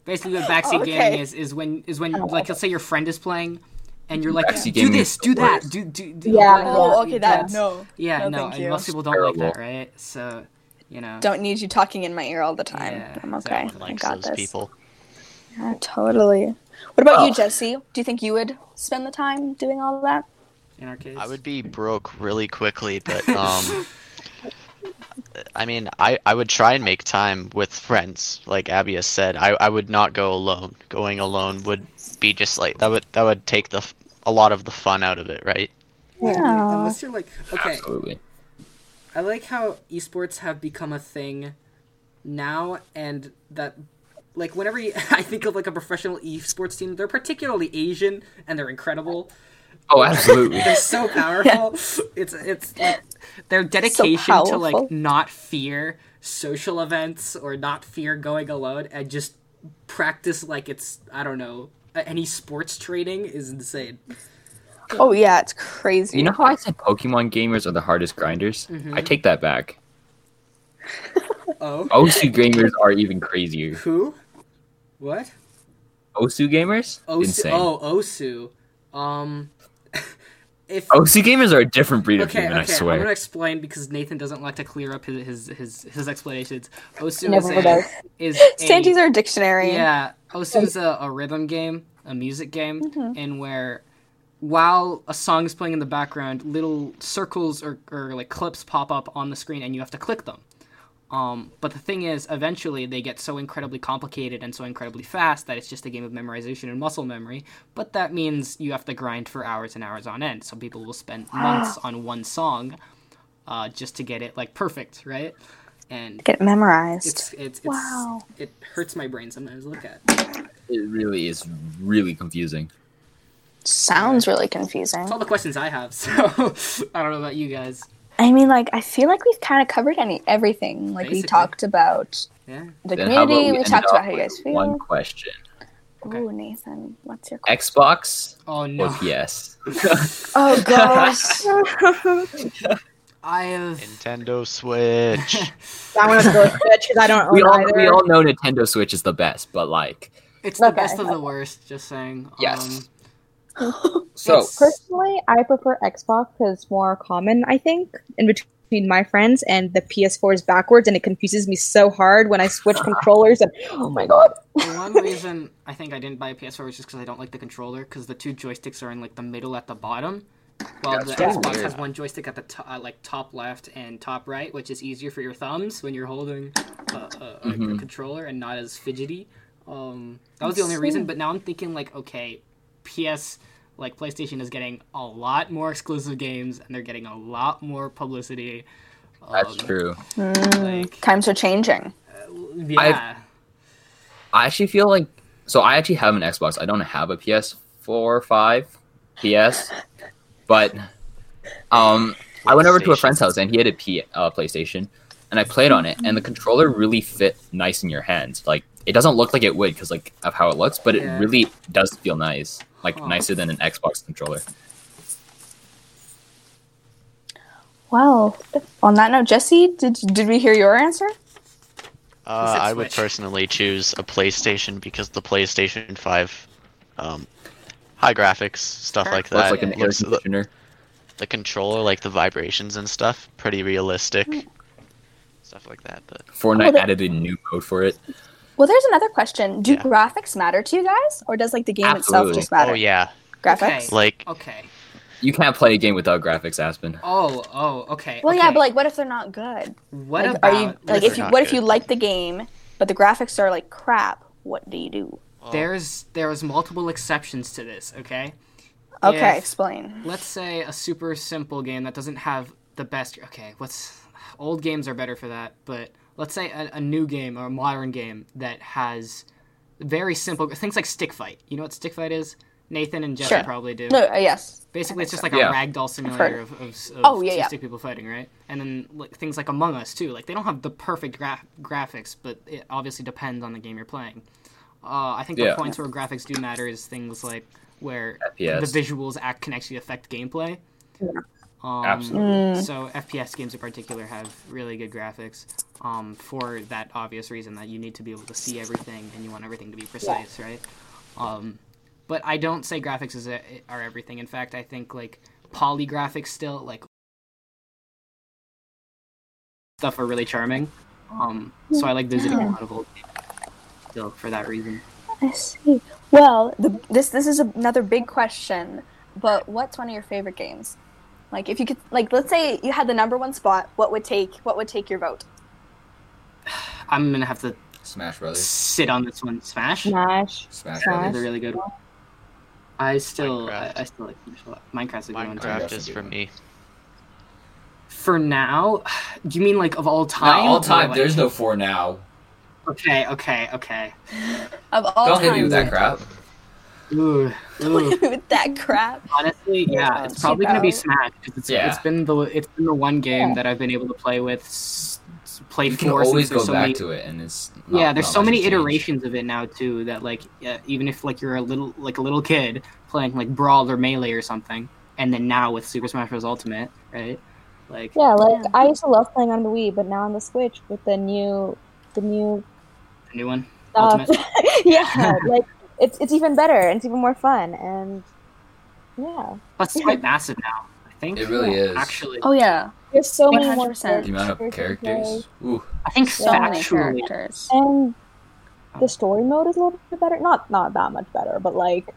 [SPEAKER 5] Basically, what backseat
[SPEAKER 1] Oh, okay. Oh,
[SPEAKER 5] gaming is is when is when like let's say your friend is playing, and you're like,
[SPEAKER 2] Backseat
[SPEAKER 5] do
[SPEAKER 2] gaming
[SPEAKER 5] this,
[SPEAKER 2] is
[SPEAKER 5] do
[SPEAKER 2] the
[SPEAKER 5] that,
[SPEAKER 2] worst.
[SPEAKER 5] do do. do
[SPEAKER 3] Yeah,
[SPEAKER 1] oh, okay, that
[SPEAKER 5] that's-
[SPEAKER 1] no.
[SPEAKER 5] Yeah,
[SPEAKER 1] No,
[SPEAKER 5] no,
[SPEAKER 1] thank
[SPEAKER 5] and
[SPEAKER 1] you.
[SPEAKER 5] most people don't like that,
[SPEAKER 2] Terrible.
[SPEAKER 5] right? So, you know,
[SPEAKER 1] Don't need you talking in my ear all the time.
[SPEAKER 5] Yeah,
[SPEAKER 1] I'm okay.
[SPEAKER 5] everyone
[SPEAKER 1] I
[SPEAKER 4] likes
[SPEAKER 1] got
[SPEAKER 4] those
[SPEAKER 1] this.
[SPEAKER 4] people.
[SPEAKER 1] Yeah, totally. What about
[SPEAKER 2] Oh.
[SPEAKER 1] you, Jesse? Do you think you would spend the time doing all of that?
[SPEAKER 5] in our case,
[SPEAKER 4] I would be broke really quickly, but um, I mean, I, I would try and make time with friends, like Abby has said. I, I would not go alone. Going alone would be just like that would that would take the f- a lot of the fun out of it, right?
[SPEAKER 3] Yeah.
[SPEAKER 5] Unless you're like, okay,
[SPEAKER 2] absolutely.
[SPEAKER 5] I like how esports have become a thing now, and that like whenever you, I think of like a professional esports team, they're particularly Asian and they're incredible.
[SPEAKER 2] Oh, absolutely.
[SPEAKER 5] They're so powerful. It's it's like their dedication to
[SPEAKER 1] powerful.
[SPEAKER 5] like not fear social events or not fear going alone and just practice like it's I don't know a- any sports training is insane.
[SPEAKER 1] Oh yeah, it's crazy.
[SPEAKER 2] You know how I said Pokemon gamers are the hardest grinders?
[SPEAKER 5] Mm-hmm.
[SPEAKER 2] I take that back.
[SPEAKER 5] Oh,
[SPEAKER 2] Osu gamers are even crazier.
[SPEAKER 5] who? What?
[SPEAKER 2] Osu gamers?
[SPEAKER 5] Osu.
[SPEAKER 2] Insane.
[SPEAKER 5] Oh, Osu. Um, if
[SPEAKER 2] Osu gamers are a different breed of
[SPEAKER 5] okay,
[SPEAKER 2] human,
[SPEAKER 5] okay,
[SPEAKER 2] I
[SPEAKER 5] I'm
[SPEAKER 2] swear.
[SPEAKER 5] gonna explain because Nathan doesn't like to clear up his his his, his explanations. Osu
[SPEAKER 3] Never
[SPEAKER 5] is
[SPEAKER 3] does.
[SPEAKER 5] a, is a,
[SPEAKER 1] Sandy's our dictionary.
[SPEAKER 5] Yeah, Osu's a, a rhythm game, a music game, in where while a song is playing in the background, little circles or, or like clips pop up on the screen, and you have to click them. Um, but the thing is, eventually they get so incredibly complicated and so incredibly fast that it's just a game of memorization and muscle memory. But that means you have to grind for hours and hours on end. Some people will spend months on one song uh, just to get it like perfect, right? And
[SPEAKER 1] Get it
[SPEAKER 5] it's
[SPEAKER 1] memorized.
[SPEAKER 5] it's, it's
[SPEAKER 1] Wow.
[SPEAKER 5] it hurts my brain sometimes to look at.
[SPEAKER 2] It really is really confusing.
[SPEAKER 1] Sounds really
[SPEAKER 5] That's
[SPEAKER 1] confusing.
[SPEAKER 5] all the questions I have. So I don't know about you guys.
[SPEAKER 1] I mean, like, I feel like we've kind of covered any everything. Like, we
[SPEAKER 5] Basically.
[SPEAKER 1] talked about
[SPEAKER 5] Yeah.
[SPEAKER 1] the
[SPEAKER 2] Then how about
[SPEAKER 1] community. We,
[SPEAKER 2] end
[SPEAKER 1] talked
[SPEAKER 2] off
[SPEAKER 1] about how you
[SPEAKER 2] with
[SPEAKER 1] guys feel.
[SPEAKER 2] One question.
[SPEAKER 5] Okay.
[SPEAKER 1] Ooh, Nathan, what's your?
[SPEAKER 2] Xbox
[SPEAKER 5] Oh
[SPEAKER 2] or
[SPEAKER 5] no.
[SPEAKER 2] PS?
[SPEAKER 1] Oh gosh.
[SPEAKER 5] I have.
[SPEAKER 4] Nintendo Switch.
[SPEAKER 6] I'm gonna go with Switch because I don't own
[SPEAKER 2] we, all,
[SPEAKER 6] either.
[SPEAKER 2] we all know Nintendo Switch is the best, but like
[SPEAKER 5] It's the
[SPEAKER 3] Okay.
[SPEAKER 5] best of the worst. Just saying.
[SPEAKER 2] Yes.
[SPEAKER 5] Um,
[SPEAKER 2] so
[SPEAKER 5] it's-
[SPEAKER 3] Personally, I prefer Xbox because it's more common. I think in between my friends, and the PS4 is backwards, and it confuses me so hard when I switch controllers. And oh my god,
[SPEAKER 5] the one reason I think I didn't buy a PS4 was just because I don't like the controller because the two joysticks are in like the middle at the bottom, while the
[SPEAKER 2] That's really
[SPEAKER 5] Xbox
[SPEAKER 2] weird.
[SPEAKER 5] has one joystick at the to- uh, like top left and top right, which is easier for your thumbs when you're holding a, a, a
[SPEAKER 2] Mhm.
[SPEAKER 5] controller and not as fidgety. Um, that was the only reason. But now I'm thinking like, okay, PS like PlayStation is getting a lot more exclusive games and they're getting a lot more publicity. Um,
[SPEAKER 2] that's true.
[SPEAKER 5] Like,
[SPEAKER 1] Times are changing.
[SPEAKER 5] yeah.
[SPEAKER 2] I actually feel like so I actually have an Xbox. I don't have a PS4 or 5 PS, but um I went over to a
[SPEAKER 4] PlayStation.
[SPEAKER 2] friend's house and he had a P, uh, PlayStation and I played on it and the controller really fit nice in your hands. Like it doesn't look like it would cuz like of how it looks, but it
[SPEAKER 5] Yeah.
[SPEAKER 2] really does feel nice. Like
[SPEAKER 5] Huh.
[SPEAKER 2] nicer than an Xbox controller.
[SPEAKER 1] Well, on that note, Jesse, did did we hear your answer?
[SPEAKER 4] Uh,
[SPEAKER 5] said
[SPEAKER 4] I would
[SPEAKER 5] Switch.
[SPEAKER 4] personally choose a PlayStation because the PlayStation 5, um, high graphics, stuff
[SPEAKER 2] Looks
[SPEAKER 4] like that.
[SPEAKER 2] like an air
[SPEAKER 4] looks- the,
[SPEAKER 2] conditioner.
[SPEAKER 4] the controller, like the vibrations and stuff, pretty realistic. Stuff like that, but
[SPEAKER 2] Fortnite
[SPEAKER 1] that-
[SPEAKER 2] added a new mode for it.
[SPEAKER 1] Well, there's another question. Do
[SPEAKER 4] Yeah.
[SPEAKER 1] graphics matter to you guys, or does like the game
[SPEAKER 2] Absolutely.
[SPEAKER 1] itself just matter?
[SPEAKER 4] oh yeah,
[SPEAKER 1] Graphics.
[SPEAKER 5] Okay.
[SPEAKER 4] like
[SPEAKER 5] Okay.
[SPEAKER 2] You can't play a game without graphics, Aspen.
[SPEAKER 5] Oh. Oh. Okay.
[SPEAKER 1] Well, yeah,
[SPEAKER 5] okay.
[SPEAKER 1] but like, what if they're not good?
[SPEAKER 5] what
[SPEAKER 1] like,
[SPEAKER 5] about
[SPEAKER 1] are you like
[SPEAKER 5] listen,
[SPEAKER 1] if you
[SPEAKER 4] Not
[SPEAKER 1] what if
[SPEAKER 4] good.
[SPEAKER 1] you like the game, but the graphics are like crap? What do you do?
[SPEAKER 5] there's there's multiple exceptions to this okay
[SPEAKER 1] Okay,
[SPEAKER 5] If-
[SPEAKER 1] explain.
[SPEAKER 5] let's say a super simple game that doesn't have the best okay what's old games are better for that but let's say a, a new game or a modern game that has very simple things like stick fight. You know what stick fight is? Nathan and Jesse
[SPEAKER 1] Sure.
[SPEAKER 5] probably do.
[SPEAKER 1] No, uh, yes.
[SPEAKER 5] Basically, it's just like
[SPEAKER 2] Yeah.
[SPEAKER 5] a ragdoll simulator of, of, of
[SPEAKER 1] Oh, yeah,
[SPEAKER 5] two
[SPEAKER 1] yeah.
[SPEAKER 5] stick people fighting, right? And then like, things like Among Us too. Like they don't have the perfect gra- graphics, but it obviously depends on the game you're playing. Uh, I think the
[SPEAKER 2] Yeah.
[SPEAKER 5] points where graphics do matter is things like where
[SPEAKER 2] FPS.
[SPEAKER 5] the visuals act can actually affect gameplay. Um,
[SPEAKER 2] Absolutely.
[SPEAKER 5] So FPS games in particular have really good graphics, um, for that obvious reason that you need to be able to see everything and you want everything to be precise, right? Um, but I don't say graphics is a, are everything. In fact, I think like poly graphics still like stuff are really charming. Um, so I like visiting a lot of old games still for that reason.
[SPEAKER 1] I see. Well, the, this this is another big question, but what's one of your favorite games? Like, if you could, like, let's say you had the number one spot, what would take what would take your vote?
[SPEAKER 5] I'm gonna have to
[SPEAKER 2] Smash Brothers.
[SPEAKER 5] sit on this one. Smash.
[SPEAKER 3] Smash.
[SPEAKER 2] Smash
[SPEAKER 5] That
[SPEAKER 3] Smash.
[SPEAKER 2] Brothers.
[SPEAKER 5] is a really good one. I still, I,
[SPEAKER 4] Minecraft.
[SPEAKER 5] I still like Smash a lot. Minecraft's a good one too.
[SPEAKER 4] Minecraft
[SPEAKER 2] that's
[SPEAKER 4] is
[SPEAKER 2] a good
[SPEAKER 4] for
[SPEAKER 2] one.
[SPEAKER 4] me.
[SPEAKER 5] For now, do you mean like of all
[SPEAKER 2] Not
[SPEAKER 5] time?
[SPEAKER 2] all
[SPEAKER 5] or,
[SPEAKER 2] time.
[SPEAKER 5] like-
[SPEAKER 2] There's no four now.
[SPEAKER 5] Okay, okay, okay.
[SPEAKER 1] Of all
[SPEAKER 2] Don't
[SPEAKER 1] time,
[SPEAKER 2] hit me with that crap.
[SPEAKER 5] Ooh,
[SPEAKER 1] Don't
[SPEAKER 5] ooh.
[SPEAKER 1] hit me with that crap.
[SPEAKER 5] Honestly, yeah, it's
[SPEAKER 1] Cheap
[SPEAKER 5] probably gonna be
[SPEAKER 1] out.
[SPEAKER 5] Smash. 'cause It's,
[SPEAKER 2] Yeah.
[SPEAKER 5] it's been the it's been the one game that I've been able to play with, s- s- play
[SPEAKER 2] You
[SPEAKER 5] for.
[SPEAKER 2] can
[SPEAKER 5] since
[SPEAKER 2] always
[SPEAKER 5] there's
[SPEAKER 2] go
[SPEAKER 5] so
[SPEAKER 2] back
[SPEAKER 5] many-
[SPEAKER 2] to it, and it's not-
[SPEAKER 5] yeah there's
[SPEAKER 2] not
[SPEAKER 5] so
[SPEAKER 2] much
[SPEAKER 5] many
[SPEAKER 2] has changed.
[SPEAKER 5] iterations of it now too that like uh, even if like you're a little like a little kid playing like brawl or melee or something and then now with super smash bros ultimate right like
[SPEAKER 3] Yeah, like
[SPEAKER 1] Yeah.
[SPEAKER 3] I used to love playing on the Wii, but now on the Switch with the new, the new
[SPEAKER 5] the new one
[SPEAKER 3] stuff.
[SPEAKER 5] ultimate
[SPEAKER 3] yeah, like it's it's even better. and It's even more fun, and yeah,
[SPEAKER 5] that's quite massive now i think
[SPEAKER 2] It really is.
[SPEAKER 5] actually
[SPEAKER 1] Oh yeah,
[SPEAKER 3] there's so many more
[SPEAKER 1] 100%.
[SPEAKER 2] the amount of
[SPEAKER 3] characters to
[SPEAKER 2] characters. Ooh,
[SPEAKER 5] i think
[SPEAKER 1] so many
[SPEAKER 5] factually
[SPEAKER 1] characters.
[SPEAKER 3] play, and the story mode is a little bit better. Not not that much better, but like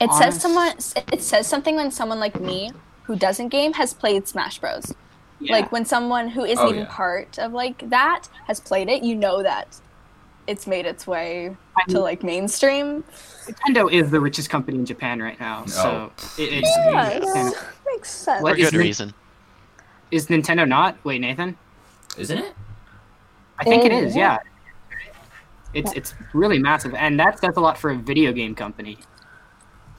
[SPEAKER 1] It says
[SPEAKER 5] Honest-
[SPEAKER 1] someone. It says something when someone like me, who doesn't game, has played Smash Bros.
[SPEAKER 5] yeah.
[SPEAKER 1] Like when someone who isn't
[SPEAKER 2] Oh,
[SPEAKER 1] even
[SPEAKER 2] yeah.
[SPEAKER 1] part of like that has played it, you know that it's made its way
[SPEAKER 5] I
[SPEAKER 1] to
[SPEAKER 5] mean-
[SPEAKER 1] like mainstream.
[SPEAKER 5] nintendo is the richest company in japan right
[SPEAKER 2] Oh.
[SPEAKER 5] now so it, it,
[SPEAKER 1] Yeah,
[SPEAKER 2] Yeah,
[SPEAKER 5] and-
[SPEAKER 1] makes sense.
[SPEAKER 5] What
[SPEAKER 4] For
[SPEAKER 5] is
[SPEAKER 4] good
[SPEAKER 5] Nin-
[SPEAKER 4] reason.
[SPEAKER 5] is nintendo not wait nathan
[SPEAKER 2] isn't it?
[SPEAKER 5] I think it
[SPEAKER 3] Yeah.
[SPEAKER 5] is, yeah. It's it's really massive, and that says a lot for a video game company.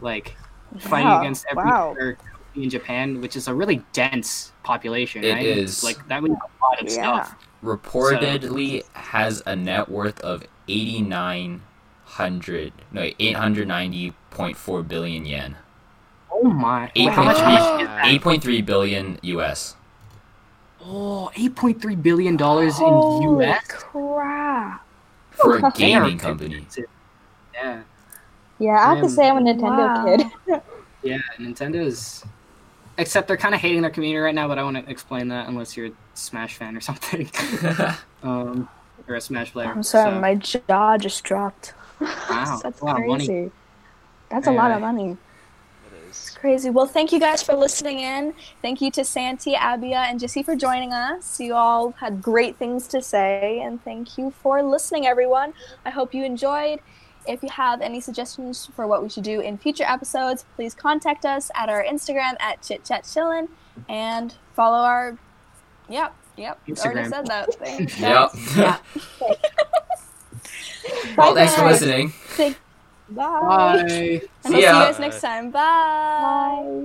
[SPEAKER 5] Like fighting
[SPEAKER 6] Yeah,
[SPEAKER 5] against every
[SPEAKER 6] wow.
[SPEAKER 5] other company in Japan, which is a really dense population.
[SPEAKER 2] It
[SPEAKER 5] right?
[SPEAKER 2] is.
[SPEAKER 5] like that would be a lot of
[SPEAKER 6] Yeah.
[SPEAKER 5] stuff.
[SPEAKER 2] Reportedly has a net worth of eighty nine hundred no eight hundred ninety point four billion yen.
[SPEAKER 5] Oh my!
[SPEAKER 2] Eight
[SPEAKER 5] How much
[SPEAKER 2] point
[SPEAKER 5] money
[SPEAKER 2] three
[SPEAKER 5] is that?
[SPEAKER 2] eight point three billion US.
[SPEAKER 5] Oh, eight point three billion dollars in
[SPEAKER 1] Holy
[SPEAKER 5] U.S.
[SPEAKER 1] crap!
[SPEAKER 2] For a
[SPEAKER 5] They are
[SPEAKER 2] gaming company.
[SPEAKER 5] expensive. Yeah,
[SPEAKER 3] yeah, I have
[SPEAKER 5] Um,
[SPEAKER 3] to say I'm a Nintendo
[SPEAKER 1] wow.
[SPEAKER 3] kid.
[SPEAKER 5] yeah. Nintendo's. Except they're kind of hating their community right now, but I want to explain that unless you're a Smash fan or something, um, or a Smash player.
[SPEAKER 1] I'm sorry,
[SPEAKER 5] so-
[SPEAKER 1] my jaw just dropped.
[SPEAKER 5] Wow,
[SPEAKER 1] that's
[SPEAKER 5] wow, money.
[SPEAKER 1] crazy. That's a lot of
[SPEAKER 5] Yeah.
[SPEAKER 1] money.
[SPEAKER 4] It is.
[SPEAKER 1] Crazy. Well, thank you guys for listening in. Thank you to Santi, Abia, and Jesse for joining us. You all had great things to say, and thank you for listening, everyone. I hope you enjoyed. If you have any suggestions for what we should do in future episodes, please contact us at our Instagram at chitchatchillin and follow our. Yep, yep. Already
[SPEAKER 5] Instagram.
[SPEAKER 1] said that. Thanks,
[SPEAKER 2] yep.
[SPEAKER 1] guys.
[SPEAKER 2] well, thanks for
[SPEAKER 1] Bye-bye.
[SPEAKER 2] listening.
[SPEAKER 1] Thank-
[SPEAKER 3] Bye.
[SPEAKER 5] Bye.
[SPEAKER 1] and we'll see you
[SPEAKER 2] ya.
[SPEAKER 1] guys next time. Bye.
[SPEAKER 3] Bye.